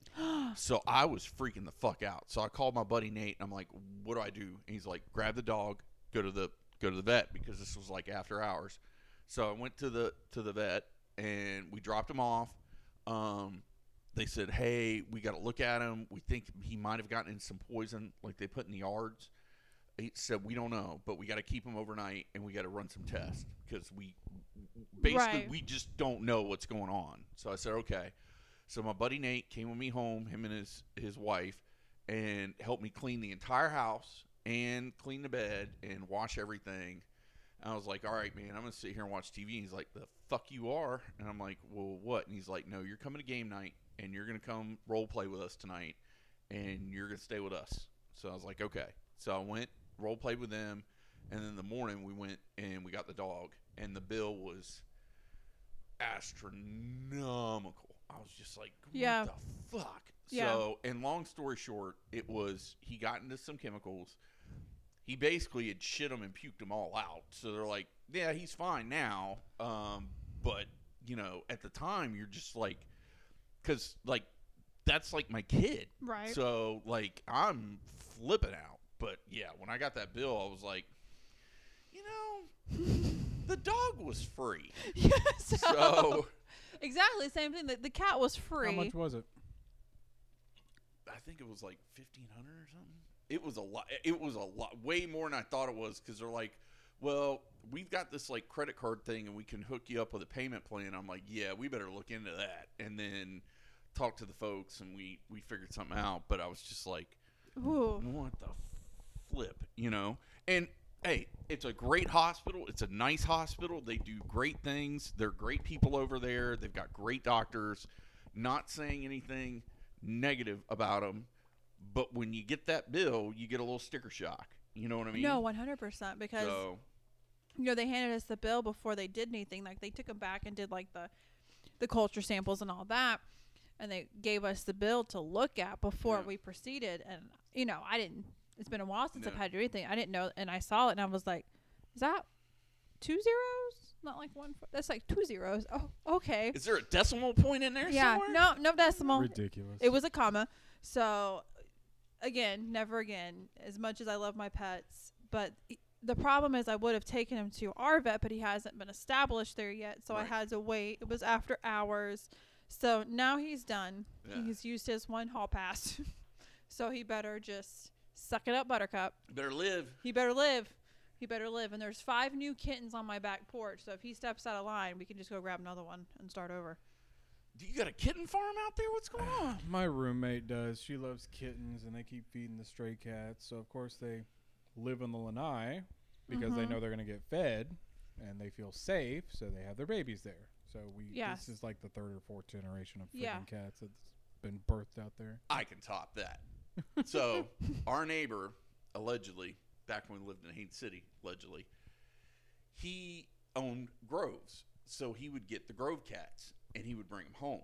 Speaker 1: so I was freaking the fuck out. So I called my buddy Nate, and I'm like, "What do I do?" And he's like, "Grab the dog, go to the go to the vet because this was like after hours." So I went to the to the vet and we dropped him off. Um, they said, "Hey, we got to look at him. We think he might have gotten in some poison, like they put in the yards." He said, "We don't know, but we got to keep him overnight and we got to run some tests because we basically
Speaker 2: Right.
Speaker 1: we just don't know what's going on." So I said, "Okay." So my buddy Nate came with me home, him and his his wife, and helped me clean the entire house and clean the bed and wash everything. And I was like, "All right, man, I'm gonna sit here and watch TV." And he's like, "The fuck you are!" And I'm like, "Well, what?" And he's like, "No, you're coming to game night, and you're gonna come role play with us tonight, and you're gonna stay with us." So I was like, "Okay." So I went role played with them, and then the morning we went and we got the dog, and the bill was astronomical. I was just like, "What
Speaker 2: Yeah.
Speaker 1: the fuck?"
Speaker 2: Yeah.
Speaker 1: So, and long story short, it was he got into some chemicals he basically had shit them and puked them all out. So they're like, yeah, he's fine now. Um, but you know, at the time, you're just like, because like that's like my kid.
Speaker 2: right.
Speaker 1: So like I'm flipping out. But yeah, when I got that bill, I was like, you know, the dog was
Speaker 2: (laughs)
Speaker 1: free.
Speaker 2: (laughs) Yeah, so,
Speaker 1: So
Speaker 2: (laughs) exactly same thing. The, the cat was free.
Speaker 3: How much was it?
Speaker 1: I think it was like fifteen hundred or something. It was a lot. It was a lot, way more than I thought it was. Because they're like, "Well, we've got this like credit card thing, and we can hook you up with a payment plan." I'm like, "Yeah, we better look into that." And then talk to the folks, and we we figured something out. But I was just like,
Speaker 2: Ooh.
Speaker 1: "What the flip?" You know. And hey, it's a great hospital. It's a nice hospital. They do great things. They're great people over there. They've got great doctors. Not saying anything negative about them, but when you get that bill, you get a little sticker shock. You know what I mean?
Speaker 2: No, one hundred percent. Because
Speaker 1: So
Speaker 2: you know they handed us the bill before they did anything. Like they took them back and did like the the culture samples and all that, and they gave us the bill to look at before
Speaker 1: Yeah.
Speaker 2: we proceeded. And you know I didn't. It's been a while since I've
Speaker 1: Yeah.
Speaker 2: had to do anything. I didn't know, and I saw it, and I was like, "Is that two zeros? Not like one. four- That's like two zeros. Oh, okay.
Speaker 1: is there a decimal point in there
Speaker 2: yeah.
Speaker 1: somewhere?
Speaker 2: No, no decimal.
Speaker 3: Ridiculous.
Speaker 2: Oh. It was a comma. So, again, never again. As much as I love my pets, but i- the problem is I would have taken him to our vet, but he hasn't been established there yet. So I
Speaker 1: Right.
Speaker 2: had to wait. It was after hours. So now he's done.
Speaker 1: Yeah.
Speaker 2: He's used his one hall pass. (laughs) so he better just suck it up, Buttercup.
Speaker 1: Better live.
Speaker 2: He better live. He better live. And there's five new kittens on my back porch. So if he steps out of line, we can just go grab another one and start over.
Speaker 1: Do you got a kitten farm out there? What's
Speaker 2: (sighs)
Speaker 1: going on?
Speaker 3: My roommate does. She loves kittens, and they keep feeding the stray cats. So of course they live in the lanai because
Speaker 2: Mm-hmm.
Speaker 3: they know they're going to get fed, and they feel safe, so they have their babies there. So we
Speaker 2: Yes.
Speaker 3: this is like the third or fourth generation of freaking
Speaker 2: Yeah.
Speaker 3: cats that's been birthed out there.
Speaker 1: I can top that. So, our neighbor, allegedly, back when we lived in Haines City, allegedly, he owned groves. So, he would get the grove cats and he would bring them home,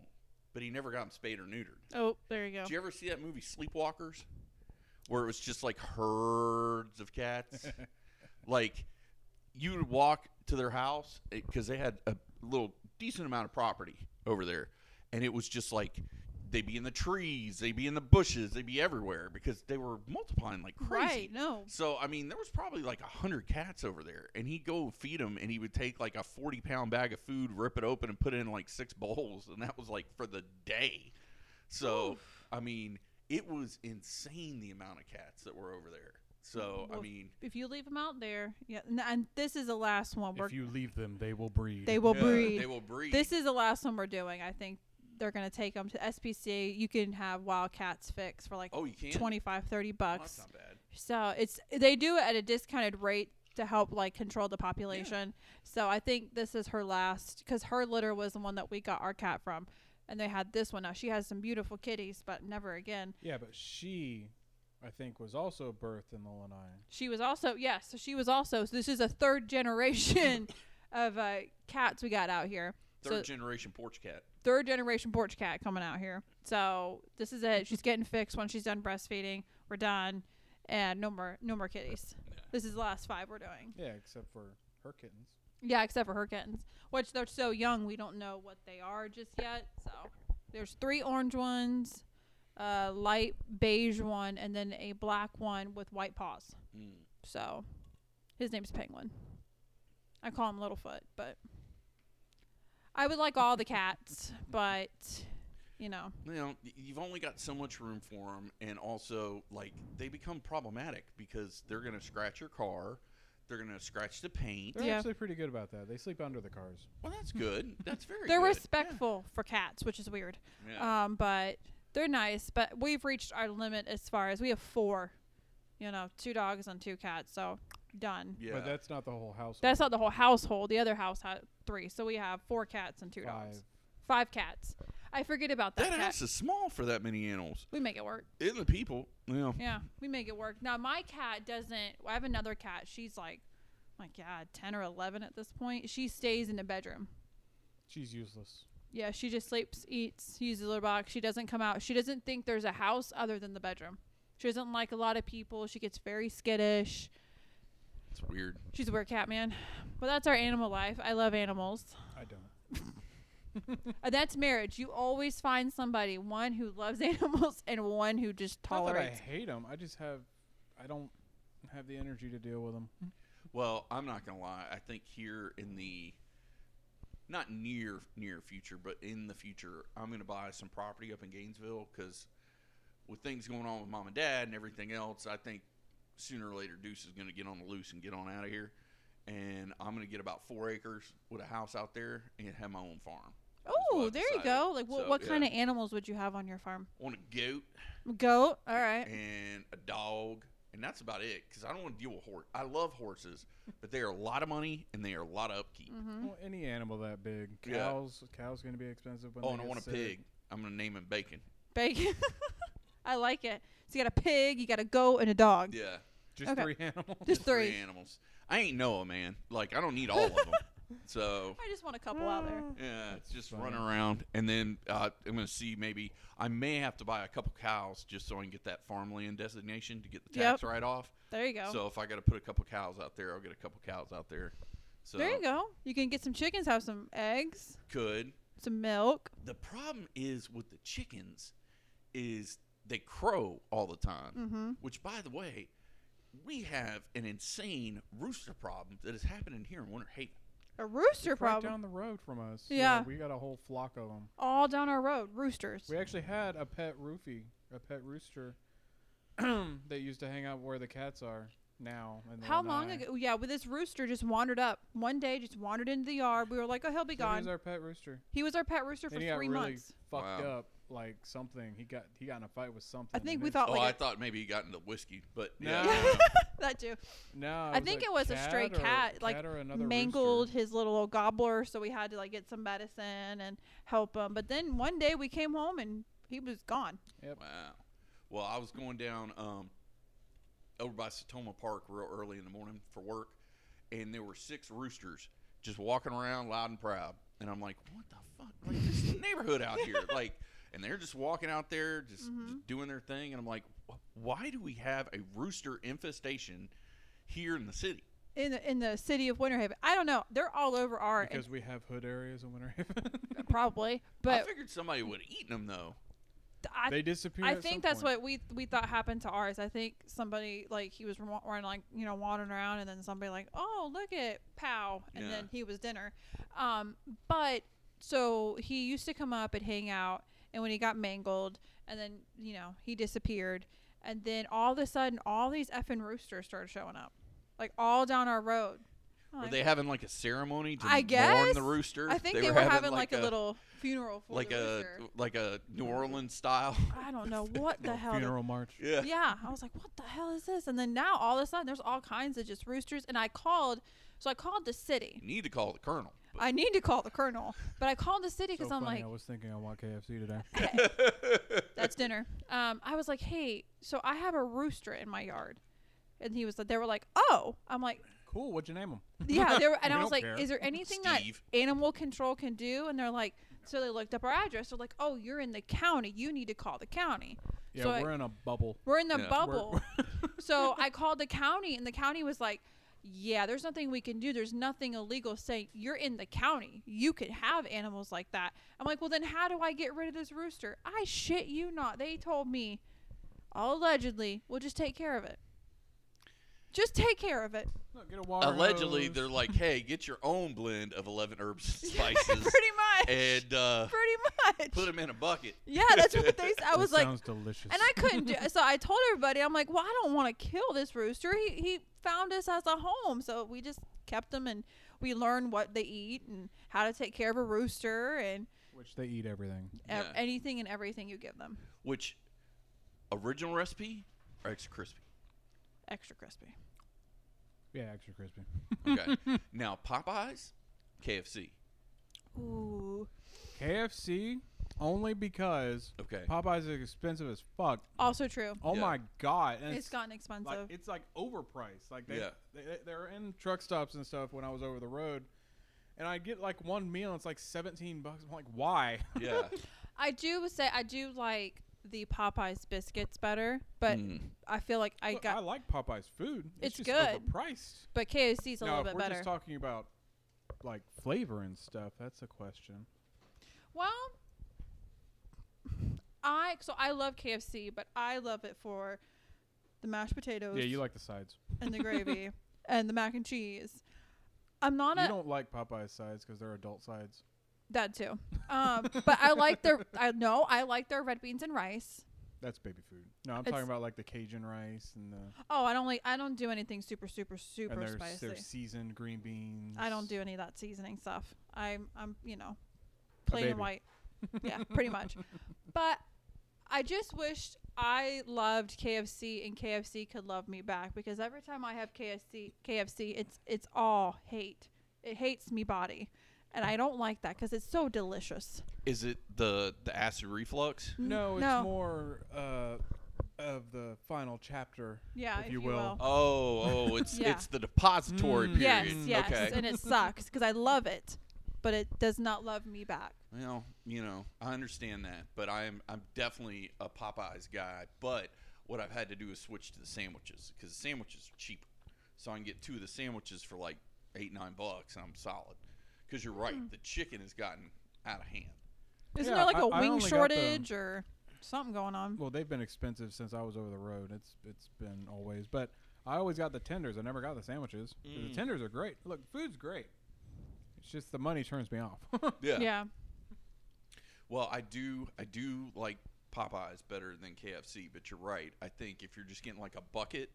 Speaker 1: but he never got them spayed or neutered.
Speaker 2: Oh, there you go.
Speaker 1: Did you ever see that movie Sleepwalkers? Where it was just like herds of cats. like you would walk to their house because they had a little decent amount of property over there. And it was just like they'd be in the trees, they'd be in the bushes, they'd be everywhere because they were multiplying like crazy.
Speaker 2: Right. No.
Speaker 1: So I mean, there was probably like a hundred cats over there, and he'd go feed them, and he would take like a forty-pound bag of food, rip it open, and put it in like six bowls, and that was like for the day. So I mean, it was insane the amount of cats that were over there. So I
Speaker 2: Well,
Speaker 1: mean,
Speaker 2: if you leave them out there, yeah, and, and this is the last one we're
Speaker 3: If you leave them, they will breed.
Speaker 2: they will
Speaker 1: yeah,
Speaker 2: breed.
Speaker 1: They will breed.
Speaker 2: This is the last one we're doing. I think they're gonna take them to SPCA. You can have wildcats fix for like
Speaker 1: oh, you can't.
Speaker 2: twenty five, thirty 25, 30
Speaker 1: Oh, that's
Speaker 2: bucks.
Speaker 1: not bad.
Speaker 2: So it's they do it at a discounted rate to help like control the population. So I think this is her last because her litter was the one that we got our cat from, and they had this one. Now she has some beautiful kitties, but never again.
Speaker 3: Yeah, but she, I think, was also birthed in the Lanai.
Speaker 2: She was also yes, so she was also. So this is a third generation of uh, cats we got out here.
Speaker 1: Third
Speaker 2: so
Speaker 1: generation porch cat.
Speaker 2: third generation porch cat coming out here. So this is it. She's getting fixed once she's done breastfeeding. We're done, and no more no more kitties. This is the last five we're doing.
Speaker 3: Yeah, except for her kittens.
Speaker 2: Yeah, except for her kittens, which they're so young, we don't know what they are just yet. So there's three orange ones, a light beige one, and then a black one with white paws.
Speaker 1: Mm.
Speaker 2: So his name's Penguin. I call him Littlefoot, but I would like all the cats, but you know,
Speaker 1: You know, y- you've only got so much room for them, and also like they become problematic because they're gonna scratch your car, they're gonna scratch the paint.
Speaker 3: They're
Speaker 2: Yeah.
Speaker 3: actually pretty good about that. They sleep under the cars.
Speaker 1: Well, that's good. That's very.
Speaker 2: they're
Speaker 1: good.
Speaker 2: respectful for cats, which is weird.
Speaker 1: Yeah. Yeah.
Speaker 2: Um, but they're nice. But we've reached our limit as far as we have four, you know, two dogs and two cats. So done.
Speaker 1: Yeah.
Speaker 3: But that's not the whole house.
Speaker 2: That's not the whole household. The other house had three. So we have four cats and two dogs.
Speaker 3: five.
Speaker 2: Five cats. I forget about that.
Speaker 1: that
Speaker 2: cat.
Speaker 1: house is small for that many animals.
Speaker 2: We make it work.
Speaker 1: And the people, you know,
Speaker 2: Yeah, we make it work. Now my cat doesn't. I have another cat. She's like, my God, ten or eleven at this point. She stays in the bedroom.
Speaker 3: She's useless.
Speaker 2: Yeah, she just sleeps, eats, uses a litter box. She doesn't come out. She doesn't think there's a house other than the bedroom. She doesn't like a lot of people. She gets very skittish.
Speaker 1: it's weird.
Speaker 2: She's a weird cat, man. But that's our animal life. I love animals.
Speaker 3: I don't.
Speaker 2: Uh, that's marriage. You always find somebody, one who loves (laughs) animals and one who just
Speaker 3: Not that I
Speaker 2: tolerates.
Speaker 3: hate them. I just have. I don't have the energy to deal with them.
Speaker 1: Well, I'm not gonna lie. I think here in the not near near future, but in the future, I'm gonna buy some property up in Gainesville because with things going on with mom and dad and everything else, I think sooner or later Deuce is gonna get on the loose and get on out of here. And I'm gonna get about four acres with a house out there and have my own farm. what
Speaker 2: Oh,
Speaker 1: I've
Speaker 2: there you
Speaker 1: decided.
Speaker 2: go. Like, what,
Speaker 1: So,
Speaker 2: what
Speaker 1: yeah.
Speaker 2: kind of animals would you have on your farm?
Speaker 1: I want a goat
Speaker 2: Goat. All right.
Speaker 1: and a dog, and that's about it. Because I don't want to deal with horse. I love horses, but they are a lot of money and they are a lot of upkeep.
Speaker 2: Mm-hmm.
Speaker 3: Well, any animal that big.
Speaker 1: Yeah.
Speaker 3: Cows. Cows going to be expensive when.
Speaker 1: Oh,
Speaker 3: they
Speaker 1: and I
Speaker 3: get
Speaker 1: want a
Speaker 3: sick.
Speaker 1: pig. I'm gonna name him Bacon.
Speaker 2: Bacon. (laughs) I like it. So you got a pig, you got a goat, and a dog.
Speaker 1: Yeah,
Speaker 3: Just
Speaker 2: Okay.
Speaker 3: three (laughs) animals.
Speaker 2: Just three.
Speaker 1: animals. I ain't Noah, man. Like I don't need all of them.
Speaker 3: (laughs)
Speaker 1: so
Speaker 2: I just want a couple out there.
Speaker 1: yeah, it's just
Speaker 3: funny.
Speaker 1: run around, and then uh, I'm gonna see maybe I may have to buy a couple cows just so I can get that farmland designation to get the
Speaker 2: Yep.
Speaker 1: tax write off.
Speaker 2: There you go.
Speaker 1: So if I got to put a couple cows out there, I'll get a couple cows out there. So
Speaker 2: There you go. You can get some chickens, have some eggs,
Speaker 1: could
Speaker 2: some milk.
Speaker 1: the problem is with the chickens is they crow all the time
Speaker 2: Mm-hmm.
Speaker 1: which by the way we have an insane rooster problem that is happening here in winter haven
Speaker 2: A rooster,
Speaker 3: It's right
Speaker 2: problem.
Speaker 3: down the road from us.
Speaker 2: Yeah.
Speaker 3: We got a whole flock of them.
Speaker 2: All down our road, roosters.
Speaker 3: We actually had a pet roofie, a pet rooster, (clears throat) that used to hang out where the cats are now. in the
Speaker 2: How long
Speaker 3: Lanai.
Speaker 2: ago? Yeah, with this rooster just wandered up one day, just wandered into the yard. We were like, oh, he'll be
Speaker 3: So here's
Speaker 2: gone.
Speaker 3: our pet rooster.
Speaker 2: He was our pet rooster for
Speaker 3: and he got
Speaker 2: three
Speaker 3: really
Speaker 2: months.
Speaker 3: fucked
Speaker 1: Wow.
Speaker 3: up, like something. He got he got in a fight with something.
Speaker 2: think
Speaker 3: and
Speaker 2: we
Speaker 3: his-
Speaker 2: thought-
Speaker 1: oh
Speaker 2: like
Speaker 1: i
Speaker 2: a-
Speaker 1: thought maybe he got into whiskey but
Speaker 3: No,
Speaker 1: yeah
Speaker 2: (laughs) that too.
Speaker 3: no.
Speaker 2: I think it was a stray
Speaker 3: cat or-
Speaker 2: cat, like,
Speaker 3: or another
Speaker 2: Mangled
Speaker 3: rooster.
Speaker 2: his little old gobbler, so we had to like get some medicine and help him. But then one day we came home and he was gone.
Speaker 1: wow well i was going down um, over by satoma park real early in the morning for work and there were six roosters just walking around loud and proud and i'm like what the fuck like this is the neighborhood out here like and they're just walking out there just, just doing their thing and i'm like "Wh- why do we have a rooster infestation here in the city
Speaker 2: in the, in the city of Winter Haven. I don't know. They're all over our and
Speaker 3: Because we have hood areas in Winter (laughs) Haven. (laughs)
Speaker 2: probably,
Speaker 1: I
Speaker 2: but
Speaker 1: figured somebody would have eaten them though.
Speaker 2: I,
Speaker 3: they disappear.
Speaker 2: I
Speaker 3: at some
Speaker 2: think that's
Speaker 3: point.
Speaker 2: what we we thought happened to ours. I think somebody like he was wa- running like you know wandering around, and then somebody like oh look at pow, and
Speaker 1: Yeah.
Speaker 2: then he was dinner. Um, but so he used to come up and hang out, and when he got mangled, and then you know he disappeared, and then all of a sudden all these effing roosters started showing up, like all down our road.
Speaker 1: Were
Speaker 2: I-
Speaker 1: they having like a ceremony to
Speaker 2: I
Speaker 1: mourn
Speaker 2: guess.
Speaker 1: the rooster?
Speaker 2: I think they, were having, like, a,
Speaker 1: little.
Speaker 2: little funeral for
Speaker 1: like
Speaker 2: the
Speaker 1: a
Speaker 2: rooster.
Speaker 1: like a New Orleans style. (laughs)
Speaker 2: I don't know what
Speaker 3: (laughs)
Speaker 2: the hell. the-
Speaker 3: Funeral march.
Speaker 1: yeah.
Speaker 2: yeah, I was like, what the hell is this? And then now all of a sudden there's all kinds of just roosters. And I called, so I called the city.
Speaker 1: You need to call the
Speaker 2: (laughs)
Speaker 1: colonel. but-
Speaker 2: I need to call the colonel, but I called the city because
Speaker 3: so
Speaker 2: I'm
Speaker 3: funny,
Speaker 2: like,
Speaker 3: I was thinking I want KFC today.
Speaker 2: (laughs) that's dinner. Um, I was like, hey, so I have a rooster in my yard. And he was like, they were like, oh. I'm like,
Speaker 3: cool. What'd you name them?
Speaker 2: yeah.
Speaker 3: (laughs)
Speaker 2: They were, and
Speaker 3: We
Speaker 2: I was
Speaker 3: don't
Speaker 2: like,
Speaker 3: care.
Speaker 2: is there anything
Speaker 1: Steve.
Speaker 2: that animal control can do? And they're like, so they looked up our address. They're like, oh, you're in the county. You need to call the county.
Speaker 3: Yeah,
Speaker 2: So I-
Speaker 3: we're in a bubble.
Speaker 2: We're in the
Speaker 1: Yeah. We're- (laughs)
Speaker 2: bubble. so I called the county, and the county was like, "Yeah, there's nothing we can do. There's nothing illegal saying you're in the county. You could have animals like that." I'm like, "Well, then how do I get rid of this rooster?" I shit you not. They told me, allegedly, we'll just take care of it. Just take care of it. (laughs)
Speaker 3: Look, get a water
Speaker 1: Allegedly,
Speaker 3: hose.
Speaker 1: they're like, "Hey, get your own blend of eleven herbs
Speaker 2: (laughs)
Speaker 1: and
Speaker 2: pretty
Speaker 1: spices
Speaker 2: much.
Speaker 1: and uh,
Speaker 2: pretty much.
Speaker 1: put them in a bucket."
Speaker 2: yeah, that's what
Speaker 1: (laughs)
Speaker 2: they. s- I
Speaker 3: That
Speaker 2: was like,
Speaker 3: sounds delicious.
Speaker 2: And I couldn't do so I told everybody, I'm like, Well, I don't want to kill this rooster. He he found us as a home. So we just kept him and we learned what they eat and how to take care of a rooster and
Speaker 3: Which they eat everything.
Speaker 2: ev-
Speaker 1: Yeah.
Speaker 2: anything and everything you give them.
Speaker 1: Which original recipe or extra crispy?
Speaker 2: Extra crispy.
Speaker 3: Yeah, extra crispy.
Speaker 2: (laughs)
Speaker 1: Okay. now Popeyes, KFC.
Speaker 2: Ooh.
Speaker 3: KFC only because
Speaker 1: Okay.
Speaker 3: Popeyes is expensive as fuck.
Speaker 2: Also true.
Speaker 3: Oh
Speaker 1: Yeah.
Speaker 3: my god! And
Speaker 2: it's gotten expensive.
Speaker 3: like it's like overpriced. Like they,
Speaker 1: Yeah.
Speaker 3: they they're in truck stops and stuff when I was over the road, and I get like one meal. and It's like seventeen bucks. I'm like, why?
Speaker 1: yeah.
Speaker 2: I do say I do like the Popeyes biscuits better, (laughs) but
Speaker 1: Mm.
Speaker 2: I feel like I
Speaker 3: Look,
Speaker 2: got
Speaker 3: I like Popeyes food. It's,
Speaker 2: It's
Speaker 3: just
Speaker 2: good.
Speaker 3: Overpriced.
Speaker 2: but KFC's a
Speaker 3: now,
Speaker 2: little
Speaker 3: if
Speaker 2: bit
Speaker 3: we're
Speaker 2: better.
Speaker 3: just talking about like flavor and stuff, that's a question.
Speaker 2: Well, I so I love KFC, but I love it for the mashed potatoes
Speaker 3: Yeah, you like the sides.
Speaker 2: and
Speaker 3: (laughs)
Speaker 2: the gravy and the mac and cheese. I'm not
Speaker 3: You
Speaker 2: a
Speaker 3: don't like Popeyes sides because they're adult sides.
Speaker 2: that too. Um, but I like their I know I like their red beans and rice.
Speaker 3: That's baby food. No, I'm
Speaker 2: It's-
Speaker 3: talking about like the Cajun rice and the
Speaker 2: Oh, I don't like I don't do anything super super super
Speaker 3: and their,
Speaker 2: spicy.
Speaker 3: their seasoned green beans.
Speaker 2: I don't do any of that seasoning stuff. I'm I'm you know
Speaker 3: A
Speaker 2: plain and
Speaker 3: baby.
Speaker 2: white. Yeah, pretty much. But I just wished I loved KFC and KFC could love me back because every time I have KFC, KFC, it's it's all hate. It hates me body, and I don't like that because it's so delicious.
Speaker 1: Is it the the acid reflux?
Speaker 3: No, it's
Speaker 2: Mm-hmm. No.
Speaker 3: more uh, of the final chapter.
Speaker 2: Yeah,
Speaker 3: If you will. Uh,
Speaker 1: Oh,
Speaker 2: (laughs)
Speaker 1: oh, it's
Speaker 2: Yeah.
Speaker 1: it's the depository
Speaker 3: Mm.
Speaker 1: period.
Speaker 2: Yes, yes,
Speaker 1: Okay.
Speaker 2: and it sucks because I love it, but it does not love me back.
Speaker 1: Well, you know, I understand that, but I'm I'm definitely a Popeyes guy. But what I've had to do is switch to the sandwiches because the sandwiches are cheaper, so I can get two of the sandwiches for like eight nine bucks, and I'm solid. Because you're right,
Speaker 2: Hmm.
Speaker 1: the chicken has gotten out of hand.
Speaker 2: Isn't
Speaker 3: Yeah,
Speaker 2: there like
Speaker 3: I-
Speaker 2: a
Speaker 3: I
Speaker 2: wing
Speaker 3: only got the-
Speaker 2: shortage or something going on?
Speaker 3: Well, they've been expensive since I was over the road. It's it's been always, but I always got the tenders. I never got the sandwiches. 'Cause
Speaker 1: Mm.
Speaker 3: The tenders are great. Look, food's great. It's just the money turns me off. (laughs)
Speaker 1: Yeah.
Speaker 2: yeah.
Speaker 1: Well, I do I do like Popeyes better than KFC, but you're right. I think if you're just getting like a bucket,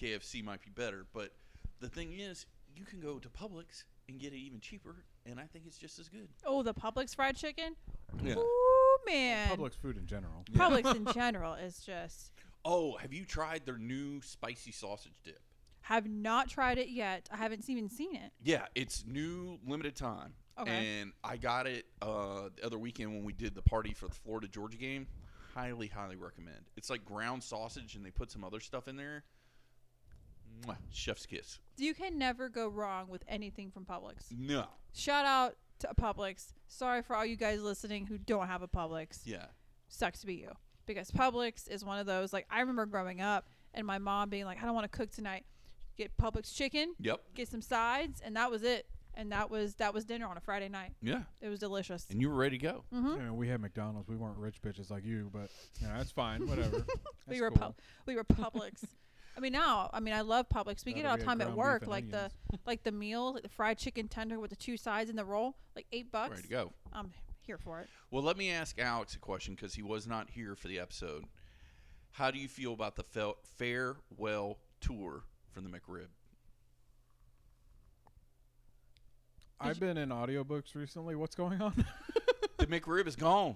Speaker 1: KFC might be better. But the thing is, you can go to Publix and get it even cheaper, and I think it's just as good.
Speaker 2: Oh, the Publix fried chicken.
Speaker 1: Yeah.
Speaker 2: Ooh, man.
Speaker 3: Publix food in general.
Speaker 1: Yeah.
Speaker 2: Publix
Speaker 3: (laughs)
Speaker 2: in general is just
Speaker 1: Oh, have you tried their new spicy sausage dip?
Speaker 2: have not tried it yet. I haven't even seen it.
Speaker 1: Yeah, it's new, limited time.
Speaker 2: Okay.
Speaker 1: And I got it uh, the other weekend when we did the party for the Florida Georgia game. Highly, highly recommend. It's like ground sausage, and they put some other stuff in there. Mwah, chef's kiss.
Speaker 2: You can never go wrong with anything from Publix.
Speaker 1: No.
Speaker 2: Shout out to Publix. Sorry for all you guys listening who don't have a Publix.
Speaker 1: Yeah.
Speaker 2: Sucks to be you because Publix is one of those like I remember growing up and my mom being like, I don't want to cook tonight. Get Publix chicken,
Speaker 1: Yep.
Speaker 2: get some sides, and that was it. And that was that was dinner on a Friday night.
Speaker 1: Yeah.
Speaker 2: It was delicious. Mm-hmm.
Speaker 1: And you were ready to go.
Speaker 3: I mean, we had McDonald's. We weren't rich bitches like you, but you know, that's
Speaker 2: (laughs)
Speaker 3: fine. Whatever.
Speaker 2: we
Speaker 3: That's
Speaker 2: were
Speaker 3: cool.
Speaker 2: pub- we were Publix. I mean now, I mean I love Publix. We get it
Speaker 3: That'll
Speaker 2: all
Speaker 3: be
Speaker 2: the
Speaker 3: a
Speaker 2: time at
Speaker 3: ground beef
Speaker 2: work,
Speaker 3: and
Speaker 2: like the
Speaker 3: (laughs)
Speaker 2: like the meal, like the fried chicken tender with the two sides and the roll, like eight bucks.
Speaker 1: Ready to go.
Speaker 2: I'm here for it.
Speaker 1: Well, let me ask Alex a question because he was not here for the episode. How do you feel about the fel- farewell tour from the McRib?
Speaker 3: I've been in audiobooks recently. What's going on?
Speaker 1: The McRib is gone.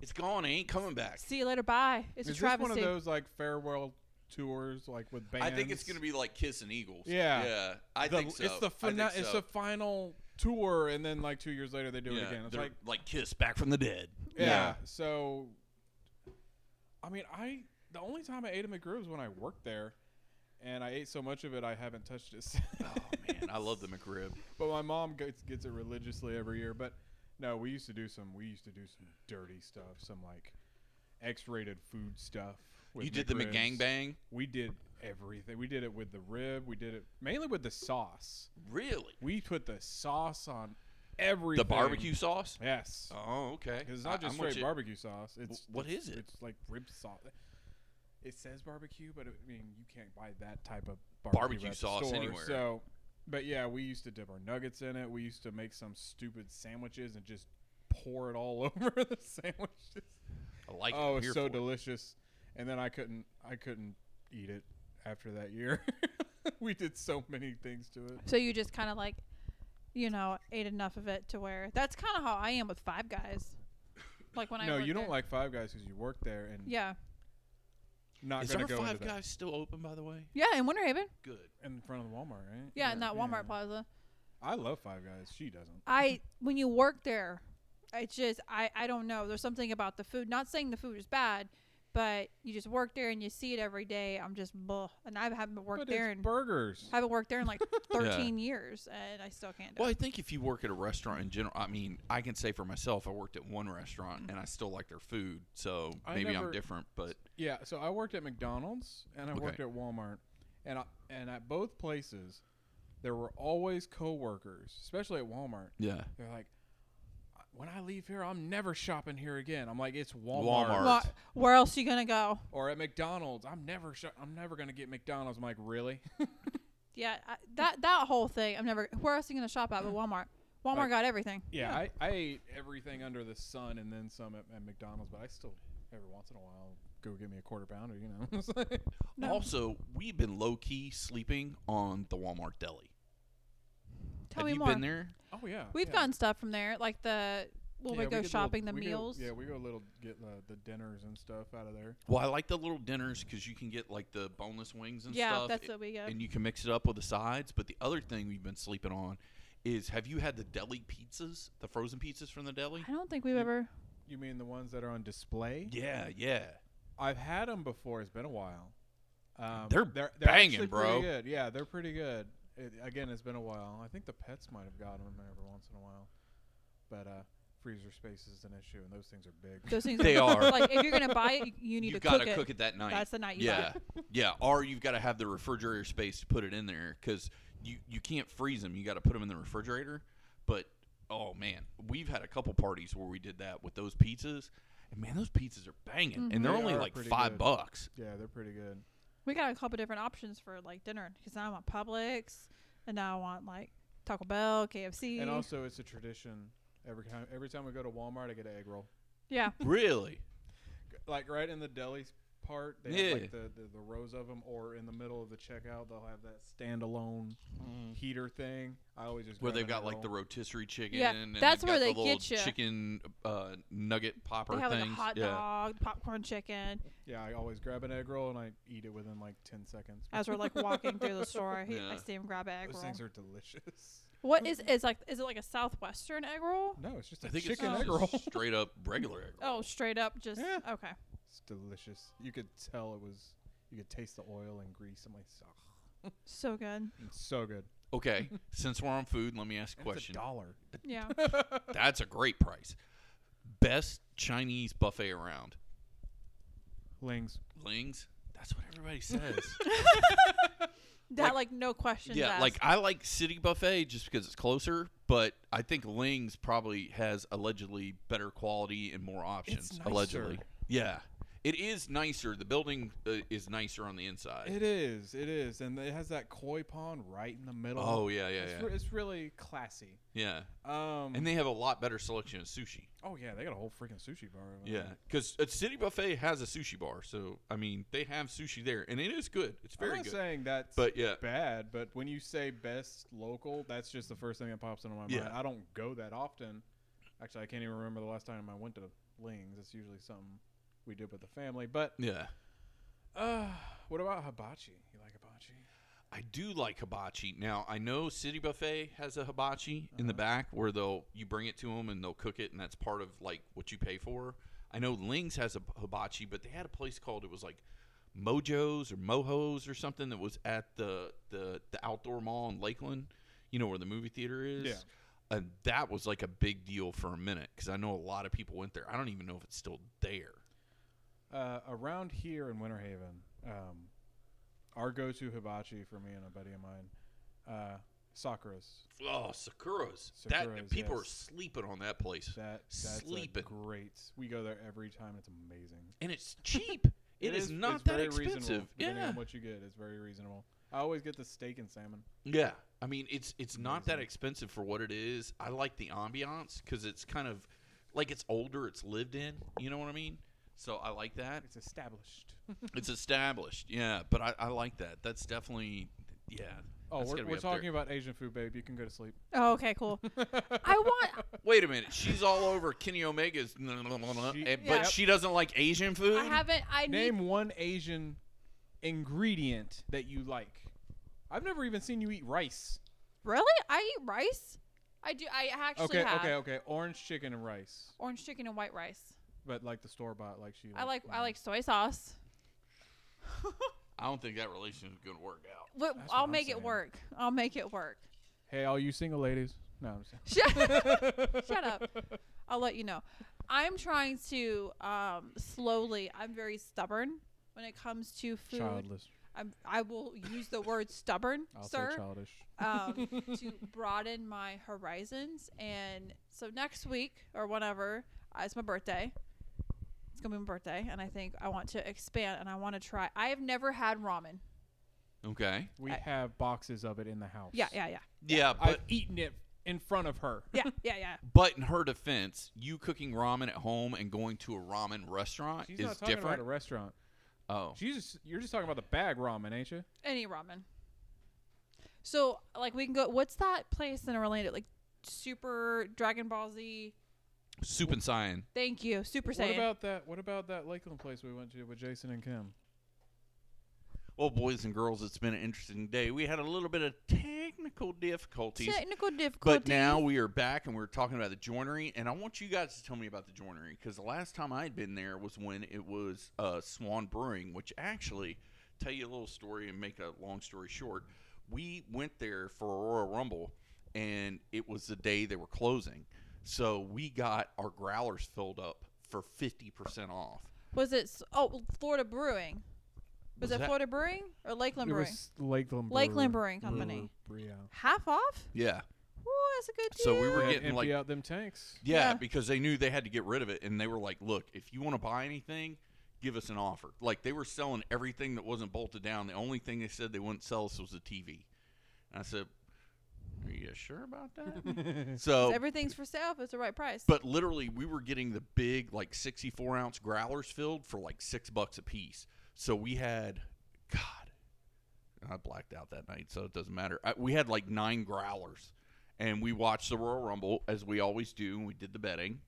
Speaker 1: It's gone. It ain't coming back.
Speaker 2: See you later. Bye. It's
Speaker 3: (laughs) Is
Speaker 2: a
Speaker 3: this
Speaker 2: travesty.
Speaker 3: one of those like farewell tours, like with bands?
Speaker 1: I think it's gonna be like Kiss and Eagles.
Speaker 3: Yeah.
Speaker 1: Yeah. I
Speaker 3: the,
Speaker 1: think so.
Speaker 3: It's the
Speaker 1: I think
Speaker 3: fina- It's
Speaker 1: so.
Speaker 3: the final tour, and then like two years later they do it
Speaker 1: Yeah,
Speaker 3: again. It's
Speaker 1: they're
Speaker 3: like
Speaker 1: like Kiss back from the dead.
Speaker 3: yeah. (laughs) So, I mean, I the only time I ate a McGrew was when I worked there, and I ate so much of it I haven't touched it. (laughs) Since.
Speaker 1: Oh man, I love the McRib.
Speaker 3: but my mom gets gets it religiously every year. But no, we used to do some we used to do some dirty stuff, some like X-rated food stuff. with
Speaker 1: you did the
Speaker 3: McRibs.
Speaker 1: McGangbang?
Speaker 3: We did everything. We did it with the rib. We did it mainly with the sauce.
Speaker 1: Really?
Speaker 3: We put the sauce on everything.
Speaker 1: The barbecue sauce?
Speaker 3: Yes.
Speaker 1: Oh, okay.
Speaker 3: Because it's
Speaker 1: I-
Speaker 3: not just
Speaker 1: I'm with
Speaker 3: straight
Speaker 1: you.
Speaker 3: barbecue sauce. It's
Speaker 1: what
Speaker 3: it's-
Speaker 1: is it?
Speaker 3: It's like rib sauce. It says barbecue, but it, I mean you can't buy that type of barbecue,
Speaker 1: Barbecue
Speaker 3: at the
Speaker 1: sauce
Speaker 3: store,
Speaker 1: anywhere.
Speaker 3: So, but yeah, we used to dip our nuggets in it. We used to make some stupid sandwiches and just pour it all (laughs) over the sandwiches.
Speaker 1: I like it.
Speaker 3: oh,
Speaker 1: I'm
Speaker 3: it's
Speaker 1: here
Speaker 3: so
Speaker 1: for it.
Speaker 3: delicious. And then I couldn't, I couldn't eat it after that year. (laughs) we did so many things to it.
Speaker 2: so you just kind of like, you know, ate enough of it to where that's kind of how I am with Five Guys. Like when I
Speaker 3: no,
Speaker 2: worked
Speaker 3: you don't
Speaker 2: there.
Speaker 3: like Five Guys because you work there and
Speaker 2: Yeah,
Speaker 3: not
Speaker 1: Is
Speaker 3: going
Speaker 1: our
Speaker 3: to go
Speaker 1: Five
Speaker 3: into that.
Speaker 1: Guys still open, by the way?
Speaker 2: yeah, in Winter Haven.
Speaker 1: Good.
Speaker 3: in front of the Walmart, right?
Speaker 2: Yeah, in that Walmart
Speaker 3: yeah.
Speaker 2: plaza.
Speaker 3: I love Five Guys. She doesn't.
Speaker 2: I when you work there, it's just I I don't know. There's something about the food. Not saying the food is bad, but you just work there and you see it every day. I'm just blah, and I haven't worked
Speaker 3: but
Speaker 2: there
Speaker 3: it's
Speaker 2: in
Speaker 3: burgers.
Speaker 2: haven't worked there in like
Speaker 1: Yeah.
Speaker 2: 13 years, and I still can't. Do
Speaker 1: Well,
Speaker 2: it.
Speaker 1: I think if you work at a restaurant in general, I mean, I can say for myself, I worked at one restaurant and I still like their food, so
Speaker 3: I
Speaker 1: maybe I'm
Speaker 3: never-
Speaker 1: different. But
Speaker 3: Yeah. So I worked at McDonald's and I
Speaker 1: Okay.
Speaker 3: worked at Walmart, and I, and at both places, there were always coworkers, especially at Walmart.
Speaker 1: yeah,
Speaker 3: They're like, when I leave here, I'm never shopping here again. I'm like, it's Walmart,
Speaker 1: Walmart.
Speaker 2: Wha- where else you gonna go?
Speaker 3: or at McDonald's. I'm never sho- I'm never gonna get McDonald's. I'm like, really?
Speaker 2: Yeah, I, that that whole thing. I'm never. Where else you gonna shop at? But Walmart. Walmart
Speaker 3: Like-
Speaker 2: got everything.
Speaker 3: Yeah, I, I ate everything under the sun and then some at, at McDonald's, but I still every once in a while go get me a quarter pounder, you know. (laughs) It's like-
Speaker 2: No.
Speaker 1: also we've been low key sleeping on the Walmart deli.
Speaker 2: Tell
Speaker 1: Have
Speaker 2: me
Speaker 1: you
Speaker 2: more.
Speaker 1: been there?
Speaker 3: oh yeah,
Speaker 2: We've
Speaker 3: yeah.
Speaker 2: gotten stuff from there, like the when
Speaker 3: Yeah,
Speaker 2: we go
Speaker 3: get
Speaker 2: shopping,
Speaker 3: little,
Speaker 2: the
Speaker 3: we go-
Speaker 2: meals.
Speaker 3: yeah, we go little get uh, the dinners and stuff out of there.
Speaker 1: Well, I like the little dinners because you can get like the boneless wings and
Speaker 2: Yeah,
Speaker 1: stuff.
Speaker 2: that's what we get.
Speaker 1: And you can mix it up with the sides. But the other thing we've been sleeping on is have you had the deli pizzas, the frozen pizzas from the deli?
Speaker 2: I don't think we've ever.
Speaker 3: You mean the ones that are on display?
Speaker 1: Yeah, yeah.
Speaker 3: I've had them before. It's been a while. Um,
Speaker 1: They're banging,
Speaker 3: actually
Speaker 1: bro.
Speaker 3: Pretty good. Yeah, they're pretty good. It, again, it's been a while. I think the pets might have gotten them every once in a while, but uh, freezer space is an issue, and those things are big.
Speaker 2: Those things
Speaker 1: They are.
Speaker 2: like if you're gonna buy it, you, you need
Speaker 1: You've
Speaker 2: to
Speaker 1: got
Speaker 2: cook
Speaker 1: to
Speaker 2: it.
Speaker 1: cook it that night.
Speaker 2: That's the night you buy
Speaker 1: yeah,
Speaker 2: it.
Speaker 1: yeah. Or you've got to have the refrigerator space to put it in there because you you can't freeze them. You got to put them in the refrigerator. But oh man, we've had a couple parties where we did that with those pizzas, and man, those pizzas are banging, and they're
Speaker 3: Mm-hmm. They
Speaker 1: only
Speaker 3: are
Speaker 1: like
Speaker 3: pretty
Speaker 1: five
Speaker 3: good. (laughs)
Speaker 1: bucks.
Speaker 3: Yeah, they're pretty good.
Speaker 2: We got a couple different options for like dinner because now I want Publix, and now I want like Taco Bell, KFC.
Speaker 3: And also, it's a tradition. Every time, every time we go to Walmart, I get an egg roll.
Speaker 2: yeah,
Speaker 1: Really?
Speaker 3: Like right in the deli part, they
Speaker 1: Yeah.
Speaker 3: have like the, the, the rows of them, or in the middle of the checkout, they'll have that standalone heater thing. I always just
Speaker 1: Mm-hmm. Where
Speaker 3: grab
Speaker 1: they've
Speaker 3: an
Speaker 1: got
Speaker 3: egg
Speaker 1: like the
Speaker 3: roll.
Speaker 1: rotisserie chicken.
Speaker 2: Yeah,
Speaker 1: and
Speaker 2: that's
Speaker 1: they've
Speaker 2: where
Speaker 1: got
Speaker 2: they
Speaker 1: the little
Speaker 2: get ya.
Speaker 1: Chicken uh, nugget popper
Speaker 2: they have like a
Speaker 1: things.
Speaker 2: hot
Speaker 1: yeah.
Speaker 2: dog, popcorn chicken.
Speaker 3: yeah. I always grab an egg roll and I eat it within like ten seconds.
Speaker 2: As we're like walking through the store, he, I
Speaker 1: Yeah.
Speaker 2: see him grab an egg
Speaker 3: Those
Speaker 2: roll.
Speaker 3: things
Speaker 1: (laughs)
Speaker 3: are delicious.
Speaker 2: what is is like? Is it like a southwestern egg roll?
Speaker 3: No, it's just a
Speaker 1: I think
Speaker 3: chicken
Speaker 1: it's
Speaker 3: egg
Speaker 1: just
Speaker 3: roll.
Speaker 1: a straight up regular egg
Speaker 2: (laughs)
Speaker 1: roll.
Speaker 2: Oh, straight up, just
Speaker 3: Yeah.
Speaker 2: okay.
Speaker 3: it's delicious. You could tell it was. You could taste the oil and grease. I'm like, oh,
Speaker 2: So good.
Speaker 3: it's so good.
Speaker 2: Oh.
Speaker 1: Okay, since we're on food, let me ask a
Speaker 3: And
Speaker 1: question.
Speaker 3: It's a dollar.
Speaker 2: Yeah.
Speaker 3: (laughs)
Speaker 1: That's a great price. Best Chinese buffet around.
Speaker 3: Lings.
Speaker 1: Ling's. That's what
Speaker 3: (laughs)
Speaker 1: everybody says.
Speaker 2: That like,
Speaker 1: Like-
Speaker 2: no questions
Speaker 1: yeah,
Speaker 2: asked.
Speaker 1: like I like City Buffet just because it's closer, but I think Ling's probably has allegedly better quality and more options.
Speaker 3: nicer.
Speaker 1: allegedly. Yeah. It is nicer. The building uh, is nicer on the inside.
Speaker 3: It is. It is. And it has that koi pond right in the middle.
Speaker 1: Oh yeah, yeah,
Speaker 3: It's,
Speaker 1: yeah,
Speaker 3: re- it's really classy.
Speaker 1: yeah.
Speaker 3: Um,
Speaker 1: And they have a lot better selection of sushi.
Speaker 3: oh yeah, they got a whole freaking sushi bar. over
Speaker 1: Yeah,
Speaker 3: there.
Speaker 1: because City Buffet has a sushi bar, so I mean they have sushi there, and it is good. It's
Speaker 3: I'm
Speaker 1: very
Speaker 3: not
Speaker 1: good.
Speaker 3: saying that's
Speaker 1: But yeah,
Speaker 3: bad, but when you say best local, that's just the first thing that pops into my mind.
Speaker 1: Yeah.
Speaker 3: I don't go that often. Actually, I can't even remember the last time I went to Ling's. It's usually something we did with the family. But
Speaker 1: yeah,
Speaker 3: uh, what about hibachi? You like hibachi?
Speaker 1: I do like hibachi. Now I know City Buffet has a hibachi in the
Speaker 3: Uh-huh.
Speaker 1: back where they'll you bring it to them and they'll cook it, and that's part of like what you pay for. I know Ling's has a hibachi, but they had a place called it was like Mojo's or Moho's or something that was at the the the outdoor mall in Lakeland. You know where the movie theater is.
Speaker 3: Yeah.
Speaker 1: And that was like a big deal for a minute because I know a lot of people went there. I don't even know if it's still there.
Speaker 3: Uh, around here in Winter Haven, um, our go-to hibachi for me and a buddy of mine, uh, Sakura's.
Speaker 1: Oh, Sakura's.
Speaker 3: Sakura's,
Speaker 1: that people are
Speaker 3: yes.
Speaker 1: sleeping on that place,
Speaker 3: That that's a
Speaker 1: Sleeping.
Speaker 3: great. We go there every time. It's amazing.
Speaker 1: and (laughs) it's cheap. it is, not
Speaker 3: it's
Speaker 1: that
Speaker 3: very reasonable,
Speaker 1: expensive.
Speaker 3: Depending
Speaker 1: Yeah,
Speaker 3: on what you get, it's very reasonable. I always get the steak and salmon.
Speaker 1: yeah. I mean, it's it's not that
Speaker 3: Amazing.
Speaker 1: expensive for what it is. I like the ambiance because it's kind of like it's older. It's lived in. You know what I mean? So I like (laughs) that.
Speaker 3: It's established.
Speaker 1: It's established. Yeah, but I, I like that. That's definitely yeah.
Speaker 3: Oh,
Speaker 1: that's
Speaker 3: we're,
Speaker 1: gotta be
Speaker 3: we're
Speaker 1: up there.
Speaker 3: talking about Asian food, babe. You can go
Speaker 1: (laughs)
Speaker 3: to sleep.
Speaker 2: Oh, okay, cool. I want.
Speaker 1: Wait a minute. She's all over Kenny Omega's, (laughs)
Speaker 3: She-
Speaker 1: eh, but
Speaker 2: Yep.
Speaker 1: she doesn't like Asian food.
Speaker 2: I haven't. I need.
Speaker 3: (laughs) Name one Asian ingredient that you like. I've never even seen you eat rice.
Speaker 2: Really? I eat rice. I do. I actually
Speaker 3: Okay,
Speaker 2: have
Speaker 3: okay, okay. Orange chicken and rice,
Speaker 2: orange chicken and white rice.
Speaker 3: but like the store bought, like um, she.
Speaker 2: I like.
Speaker 3: you
Speaker 2: I
Speaker 3: know.
Speaker 2: like soy sauce.
Speaker 1: I don't think that relation is gonna work out.
Speaker 2: Wait,
Speaker 3: That's what
Speaker 2: I'll
Speaker 3: I'm
Speaker 2: make
Speaker 3: saying.
Speaker 2: it work. I'll make it work. (laughs)
Speaker 3: Hey, all you single ladies. No, I'm just
Speaker 2: Shut, shut
Speaker 3: (laughs)
Speaker 2: up. I'll let you know. I'm trying to um, slowly. I'm very stubborn when it comes to food.
Speaker 3: childless.
Speaker 2: I'm, I will use the word stubborn,
Speaker 3: I'll say
Speaker 2: sir,
Speaker 3: childish.
Speaker 2: (laughs) um, to broaden my horizons. And so next week or whenever, uh, it's my birthday. It's gonna be my birthday, and I think I want to expand and I want to try. I have never had ramen.
Speaker 1: Okay.
Speaker 3: We
Speaker 2: I-
Speaker 3: have boxes of it in the house.
Speaker 2: Yeah, yeah, yeah,
Speaker 1: Yeah,
Speaker 3: I've
Speaker 1: but
Speaker 3: eaten it in front of her.
Speaker 2: (laughs) yeah, yeah, yeah.
Speaker 1: but in her defense, you cooking ramen at home and going to a ramen restaurant
Speaker 3: She's
Speaker 1: is
Speaker 3: not talking
Speaker 1: different.
Speaker 3: about a restaurant.
Speaker 1: oh,
Speaker 3: She's just, you're just talking about the bag ramen, ain't you?
Speaker 2: Any ramen. So like we can go. What's that place in Orlando? Like Super Dragon Ball Z.
Speaker 1: soup and cyan.
Speaker 2: Thank you, Super
Speaker 3: What
Speaker 2: Saiyan.
Speaker 3: about that? What about that Lakeland place we went to with Jason and Kim?
Speaker 1: Well, boys and girls, it's been an interesting day. We had a little bit of technical difficulties.
Speaker 2: Technical difficulties.
Speaker 1: But now we are back and we're talking about the joinery. And I want you guys to tell me about the joinery because the last time I'd been there was when it was uh, Swan Brewing, which actually, tell you a little story and make a long story short. We went there for Aurora Rumble and it was the day they were closing. So we got our growlers filled up for 50% off.
Speaker 2: was it? s- Oh, Florida Brewing. Was,
Speaker 1: Was
Speaker 2: it
Speaker 1: that-
Speaker 2: Florida Brewing or Lakeland Brewing?
Speaker 3: Lakeland.
Speaker 2: Lakeland Brewing Company. Half off?
Speaker 1: Yeah.
Speaker 2: Ooh, that's a good deal.
Speaker 1: So we
Speaker 3: We're
Speaker 1: We're
Speaker 3: getting
Speaker 1: getting,
Speaker 3: empty
Speaker 1: like-
Speaker 3: out them tanks.
Speaker 1: Yeah,
Speaker 2: Yeah.
Speaker 1: because they knew they had to get rid of it, and they were like, "Look, if you want to buy anything, give us an offer." Like they were selling everything that wasn't bolted down. The only thing they said they wouldn't sell us was the TV. And I said, "Are you sure about
Speaker 3: (laughs)
Speaker 1: that?" (laughs) so,
Speaker 2: Everything's for sale if it's the right price.
Speaker 1: but literally, we were getting the big like sixty-four ounce growlers filled for like six bucks a piece. So we had, God, I blacked out that night, so it doesn't matter. I, we had like nine growlers, and we watched the Royal Rumble as we always do. And we did the betting.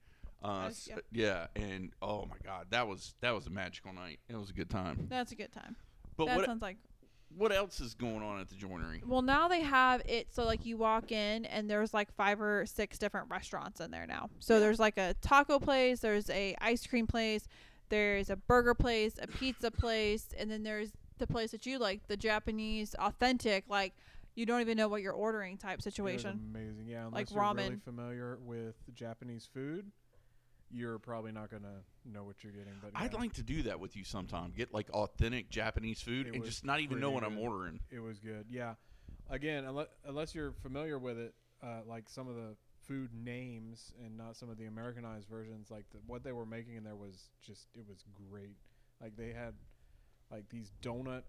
Speaker 1: Uh,
Speaker 2: Nice,
Speaker 1: s- yeah. and oh my God, that was that was a magical night. It was a good time.
Speaker 2: that's a good time.
Speaker 1: But
Speaker 2: that
Speaker 1: what
Speaker 2: sounds like.
Speaker 1: what else is going on at the joinery?
Speaker 2: Well, now they have it so like you walk in and there's like five or six different restaurants in there now. So there's like a taco place, there's a ice cream place, there's a burger place, a pizza place, and then there's the place that you like, the Japanese authentic like you don't even know what you're ordering type
Speaker 3: It was
Speaker 2: situation.
Speaker 3: amazing. Yeah, unless
Speaker 2: Like
Speaker 3: you're really
Speaker 2: ramen.
Speaker 3: familiar with Japanese food, you're probably not gonna know what you're getting. But
Speaker 1: I'd
Speaker 3: yeah,
Speaker 1: like to do that with you sometime. Get like authentic Japanese food
Speaker 3: It
Speaker 1: and
Speaker 3: was
Speaker 1: just not even know
Speaker 3: pretty
Speaker 1: what I'm
Speaker 3: good.
Speaker 1: ordering.
Speaker 3: it was good. Yeah, again, unless, unless you're familiar with it, uh, like some of the food names and not some of the Americanized versions. Like the, what they were making in there was just it was great. Like they had like these donut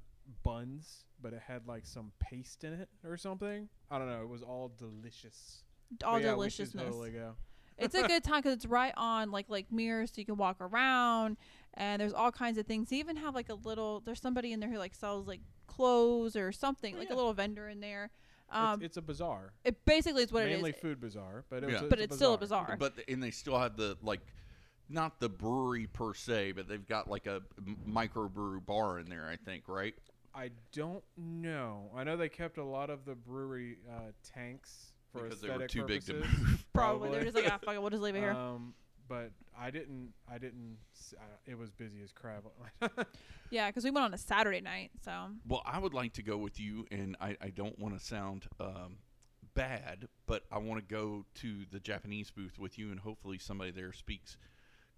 Speaker 3: buns, but it had like some paste in it or something. I don't know. It was all delicious.
Speaker 2: all
Speaker 3: But yeah, we should
Speaker 2: deliciousness.
Speaker 3: totally go.
Speaker 2: it's a good time because it's right on like like mirrors, so you can walk around, and there's all kinds of things. They even have like a little. There's somebody in there who like sells like clothes or something,
Speaker 3: Oh,
Speaker 2: like
Speaker 3: yeah.
Speaker 2: a little vendor in there.
Speaker 3: It's-
Speaker 2: Um,
Speaker 3: it's, a bazaar.
Speaker 2: it basically is what
Speaker 3: Mainly
Speaker 2: it is.
Speaker 3: food bazaar, but it was
Speaker 1: Yeah.
Speaker 3: a-
Speaker 2: But
Speaker 3: it's,
Speaker 2: it's still a bazaar.
Speaker 1: But the, and they still have the like, not the brewery per se, but they've got like a m- microbrew bar in there. I think right.
Speaker 3: I don't know. I know they kept a lot of the brewery uh, tanks for
Speaker 1: Because they were
Speaker 3: aesthetic
Speaker 1: too big to
Speaker 2: (laughs)
Speaker 3: purposes,
Speaker 1: move.
Speaker 2: Probably. they're just like ah fuck it, we'll just leave it here.
Speaker 3: Um, but I didn't. I didn't. s- I, it was busy as crap. (laughs) Oh,
Speaker 2: Yeah, because we went on a Saturday night, so
Speaker 1: Well, I would like to go with you, and I, I don't want to sound um, bad, but I want to go to the Japanese booth with you, and hopefully somebody there speaks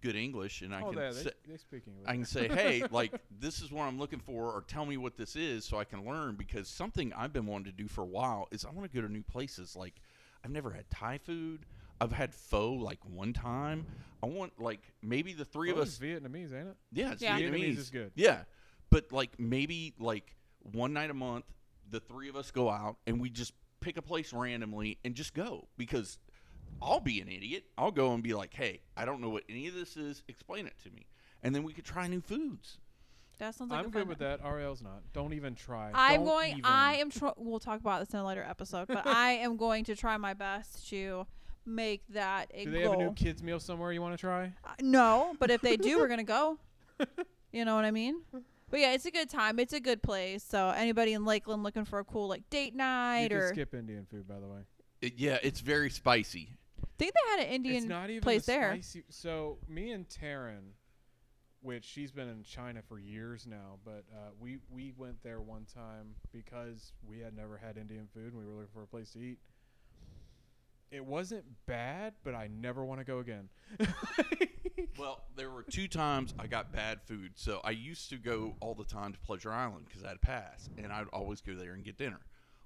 Speaker 1: good English, and I
Speaker 3: oh,
Speaker 1: can
Speaker 3: there
Speaker 1: sa-
Speaker 3: they, they speaking.
Speaker 1: I
Speaker 3: English.
Speaker 1: can say, hey, like this is what I'm looking for, or tell me what this is, so I can learn. Because something I've been wanting to do for a while is I want to go to new places. Like I've never had Thai food. I've had pho like one time. I want like maybe the three of
Speaker 3: Well,
Speaker 1: us
Speaker 3: it's Vietnamese, ain't it?
Speaker 1: yeah, it's
Speaker 2: Yeah.
Speaker 1: Vietnamese.
Speaker 3: Vietnamese is good.
Speaker 1: Yeah, but like maybe like one night a month, the three of us go out and we just pick a place randomly and just go because I'll be an idiot. I'll go and be like, "Hey, I don't know what any of this is. Explain it to me." And then we could try new foods.
Speaker 2: that sounds like a
Speaker 3: I'm
Speaker 2: fun
Speaker 3: good with
Speaker 2: night.
Speaker 3: that. RL's not. Don't even try.
Speaker 2: I'm
Speaker 3: Don't
Speaker 2: going.
Speaker 3: even.
Speaker 2: I am. Tr- we'll talk about this in a later episode, but I am going to try my best to make that a
Speaker 3: (laughs) Do they
Speaker 2: goal.
Speaker 3: have a new kids meal somewhere you want to try?
Speaker 2: Uh, no, but if they do, we're gonna go. You know what I mean? But yeah, it's a good time. It's a good place. So anybody in Lakeland looking for a cool like date
Speaker 3: You
Speaker 2: night
Speaker 3: can
Speaker 2: or
Speaker 3: skip Indian food, by the way.
Speaker 1: It- yeah, it's very spicy.
Speaker 2: I think they had an
Speaker 3: it's
Speaker 2: Indian
Speaker 3: not even
Speaker 2: place
Speaker 3: the
Speaker 2: there.
Speaker 3: Spicy. So me and Taryn, which she's been in China for years now, but uh, we we went there one time because we had never had Indian food and we were looking for a place to eat. It wasn't bad, but I never want to go again. (laughs)
Speaker 1: Well, there were two times I got bad food. So I used to go all the time to Pleasure Island because I had a pass, and I'd always go there and get dinner.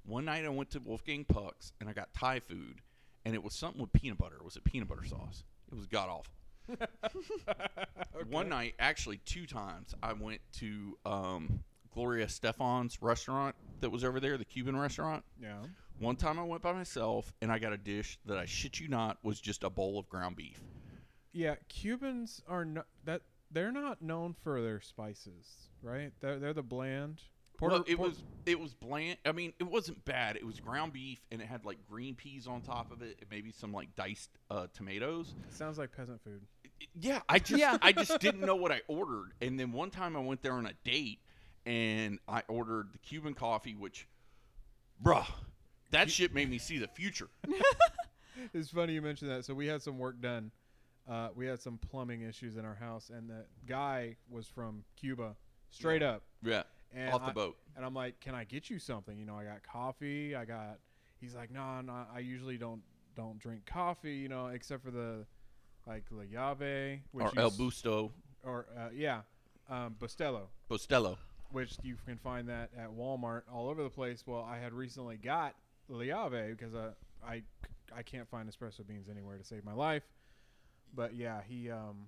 Speaker 1: One night I went to Wolfgang Puck's and I got Thai food, and it was something with peanut butter. Was it peanut butter sauce? It was god awful. One night, actually two times, I went to um, Gloria Stefan's restaurant that was over there, the Cuban restaurant.
Speaker 3: yeah.
Speaker 1: One time I went by myself and I got a dish that I shit you not was just a bowl of ground beef.
Speaker 3: Yeah, Cubans are not that they're not known for their spices, right? They're they're the bland.
Speaker 1: well, it
Speaker 3: Puerto-
Speaker 1: was it was bland. I mean, it wasn't bad. It was ground beef, and it had like green peas on top of it, and maybe some like diced uh, tomatoes.
Speaker 3: sounds like peasant food.
Speaker 1: It- yeah, I just
Speaker 2: Yeah.
Speaker 1: I just didn't know what I ordered. And then one time I went there on a date, and I ordered the Cuban coffee, which, bruh, that shit made me see the future.
Speaker 3: It's funny you mentioned that. So we had some work done. Uh, we had some plumbing issues in our house, and the guy was from Cuba, straight up.
Speaker 1: Yeah,
Speaker 3: And
Speaker 1: off the
Speaker 3: I-
Speaker 1: boat.
Speaker 3: And I'm like, "Can I get you something? You know, I got coffee. I got." He's like, "No, nah, nah, I usually don't don't drink coffee. You know, except for the like La Llave which
Speaker 1: Or
Speaker 3: you
Speaker 1: El
Speaker 3: s-
Speaker 1: Busto,
Speaker 3: or uh, yeah, um, Bustelo,
Speaker 1: Bustelo.
Speaker 3: which you can find that at Walmart all over the place. Well, I had recently got La Llave because I, I I can't find espresso beans anywhere to save my life. But yeah, he um,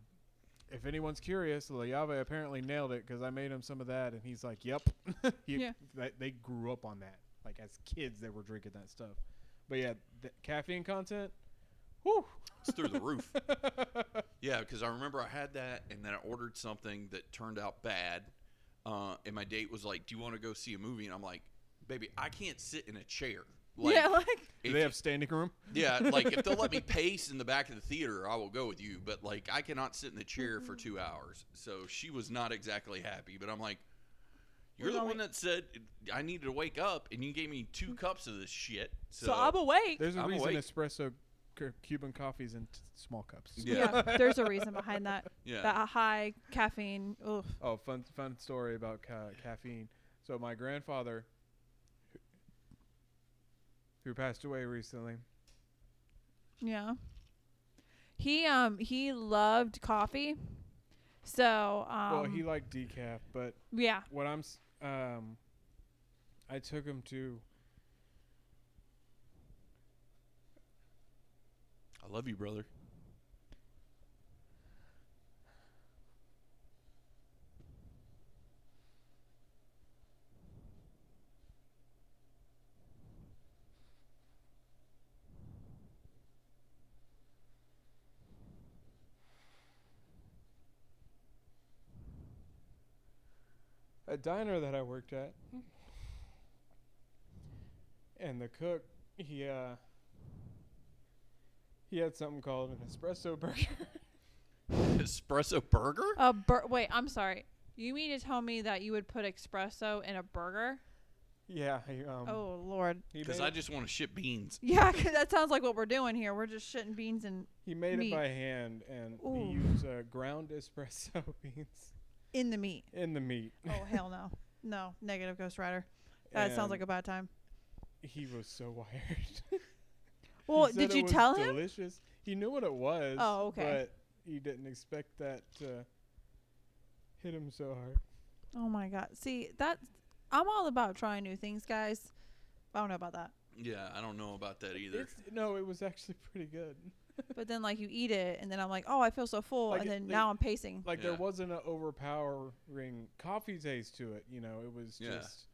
Speaker 3: if anyone's curious, La Llave apparently nailed it because I made him some of that, and he's like, "Yep, (laughs) He-
Speaker 2: Yeah.
Speaker 3: they- they grew up on that. Like as kids, they were drinking that stuff." But yeah, the caffeine content. Whew.
Speaker 1: It's through the roof. Yeah, because I remember I had that, and then I ordered something that turned out bad. Uh, and my date was like, "Do you want to go see a movie?" And I'm like, "Baby, I can't sit in a chair." Like,
Speaker 2: (laughs) yeah, like
Speaker 3: Do
Speaker 1: if-
Speaker 3: they have standing room?
Speaker 1: yeah, like if they'll let me pace in the back of the theater, I will go with you. But like, I cannot sit in the chair
Speaker 2: Mm-hmm.
Speaker 1: for two hours. So she was not exactly happy. But I'm like, "You're
Speaker 2: We're
Speaker 1: the
Speaker 2: going-
Speaker 1: one that said I needed to wake up, and you gave me two cups of this shit." So,
Speaker 2: so, I'm awake.
Speaker 3: There's a
Speaker 1: I'm
Speaker 3: reason
Speaker 1: awake.
Speaker 3: espresso cu- Cuban coffees in t- small cups.
Speaker 1: yeah,
Speaker 2: yeah, (laughs) there's a reason behind that.
Speaker 1: yeah.
Speaker 2: That uh, high caffeine. Ugh.
Speaker 3: Oh, fun fun story about ca- caffeine. So my grandfather, who passed away recently,
Speaker 2: Yeah. He um he loved coffee. So um
Speaker 3: well, he liked decaf, but
Speaker 2: yeah.
Speaker 3: what I'm, s- um, I took him to.
Speaker 1: I love you, brother. (laughs)
Speaker 3: a diner that I worked at, and the cook he uh he had something called an espresso burger. (laughs)
Speaker 1: Espresso burger?
Speaker 2: A bur- wait, I'm sorry. You mean to tell me that you would put espresso in a burger?
Speaker 3: yeah, he, um,
Speaker 2: oh Lord.
Speaker 3: he
Speaker 1: Because
Speaker 3: made,
Speaker 1: I
Speaker 3: it-
Speaker 1: just want to ship beans.
Speaker 2: Yeah, (laughs) 'cause that sounds like what we're doing here. We're just shitting beans and
Speaker 3: he made
Speaker 2: meat.
Speaker 3: it by hand and
Speaker 2: Ooh.
Speaker 3: he used uh, ground espresso (laughs) beans
Speaker 2: in the meat.
Speaker 3: in the meat.
Speaker 2: Oh hell no. No, negative Ghost Rider. That sounds like a
Speaker 3: and
Speaker 2: bad time.
Speaker 3: he was so (laughs) wired. He
Speaker 2: Well,
Speaker 3: said
Speaker 2: did
Speaker 3: it
Speaker 2: you
Speaker 3: was
Speaker 2: tell him?
Speaker 3: Delicious. He knew what it was.
Speaker 2: Oh, okay.
Speaker 3: But he didn't expect that to hit him so hard.
Speaker 2: Oh my god. See, that's I'm all about trying new things, guys. I don't know about that.
Speaker 1: Yeah, I don't know about that either.
Speaker 3: It's, no, it was actually (laughs) pretty good.
Speaker 2: But then like you eat it and then I'm like, "Oh, I feel so full."
Speaker 3: Like
Speaker 2: and
Speaker 3: it-
Speaker 2: then
Speaker 3: they-
Speaker 2: now I'm pacing.
Speaker 3: Like
Speaker 1: Yeah.
Speaker 3: there wasn't an overpowering coffee taste to it. You know, it was
Speaker 1: Yeah.
Speaker 3: just,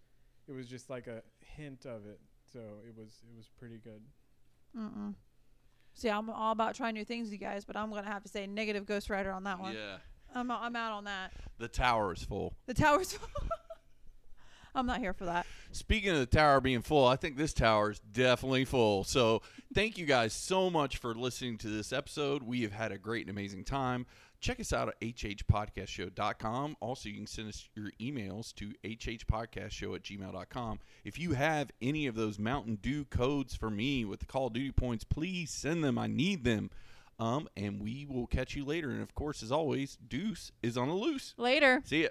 Speaker 3: it was just like a hint of it. So it was, it was pretty good.
Speaker 2: Mm-mm. See, I'm all about trying new things, you guys, but I'm gonna have to say negative Ghost Rider on that one.
Speaker 1: Yeah,
Speaker 2: I'm I'm out on that.
Speaker 1: the tower is full.
Speaker 2: The towers. (laughs) I'm not here for that.
Speaker 1: Speaking of the tower being full, I think this tower is definitely full. So, thank you guys so much for listening to this episode. We have had a great and amazing time. Check us out at hhpodcastshow.com. Also, you can send us your emails to hhpodcastshow at gmail.com. If you have any of those Mountain Dew codes for me with the Call of Duty points, please send them. I need them. Um, and we will catch you later. And of course, as always, Deuce is on the loose.
Speaker 2: Later.
Speaker 1: See ya.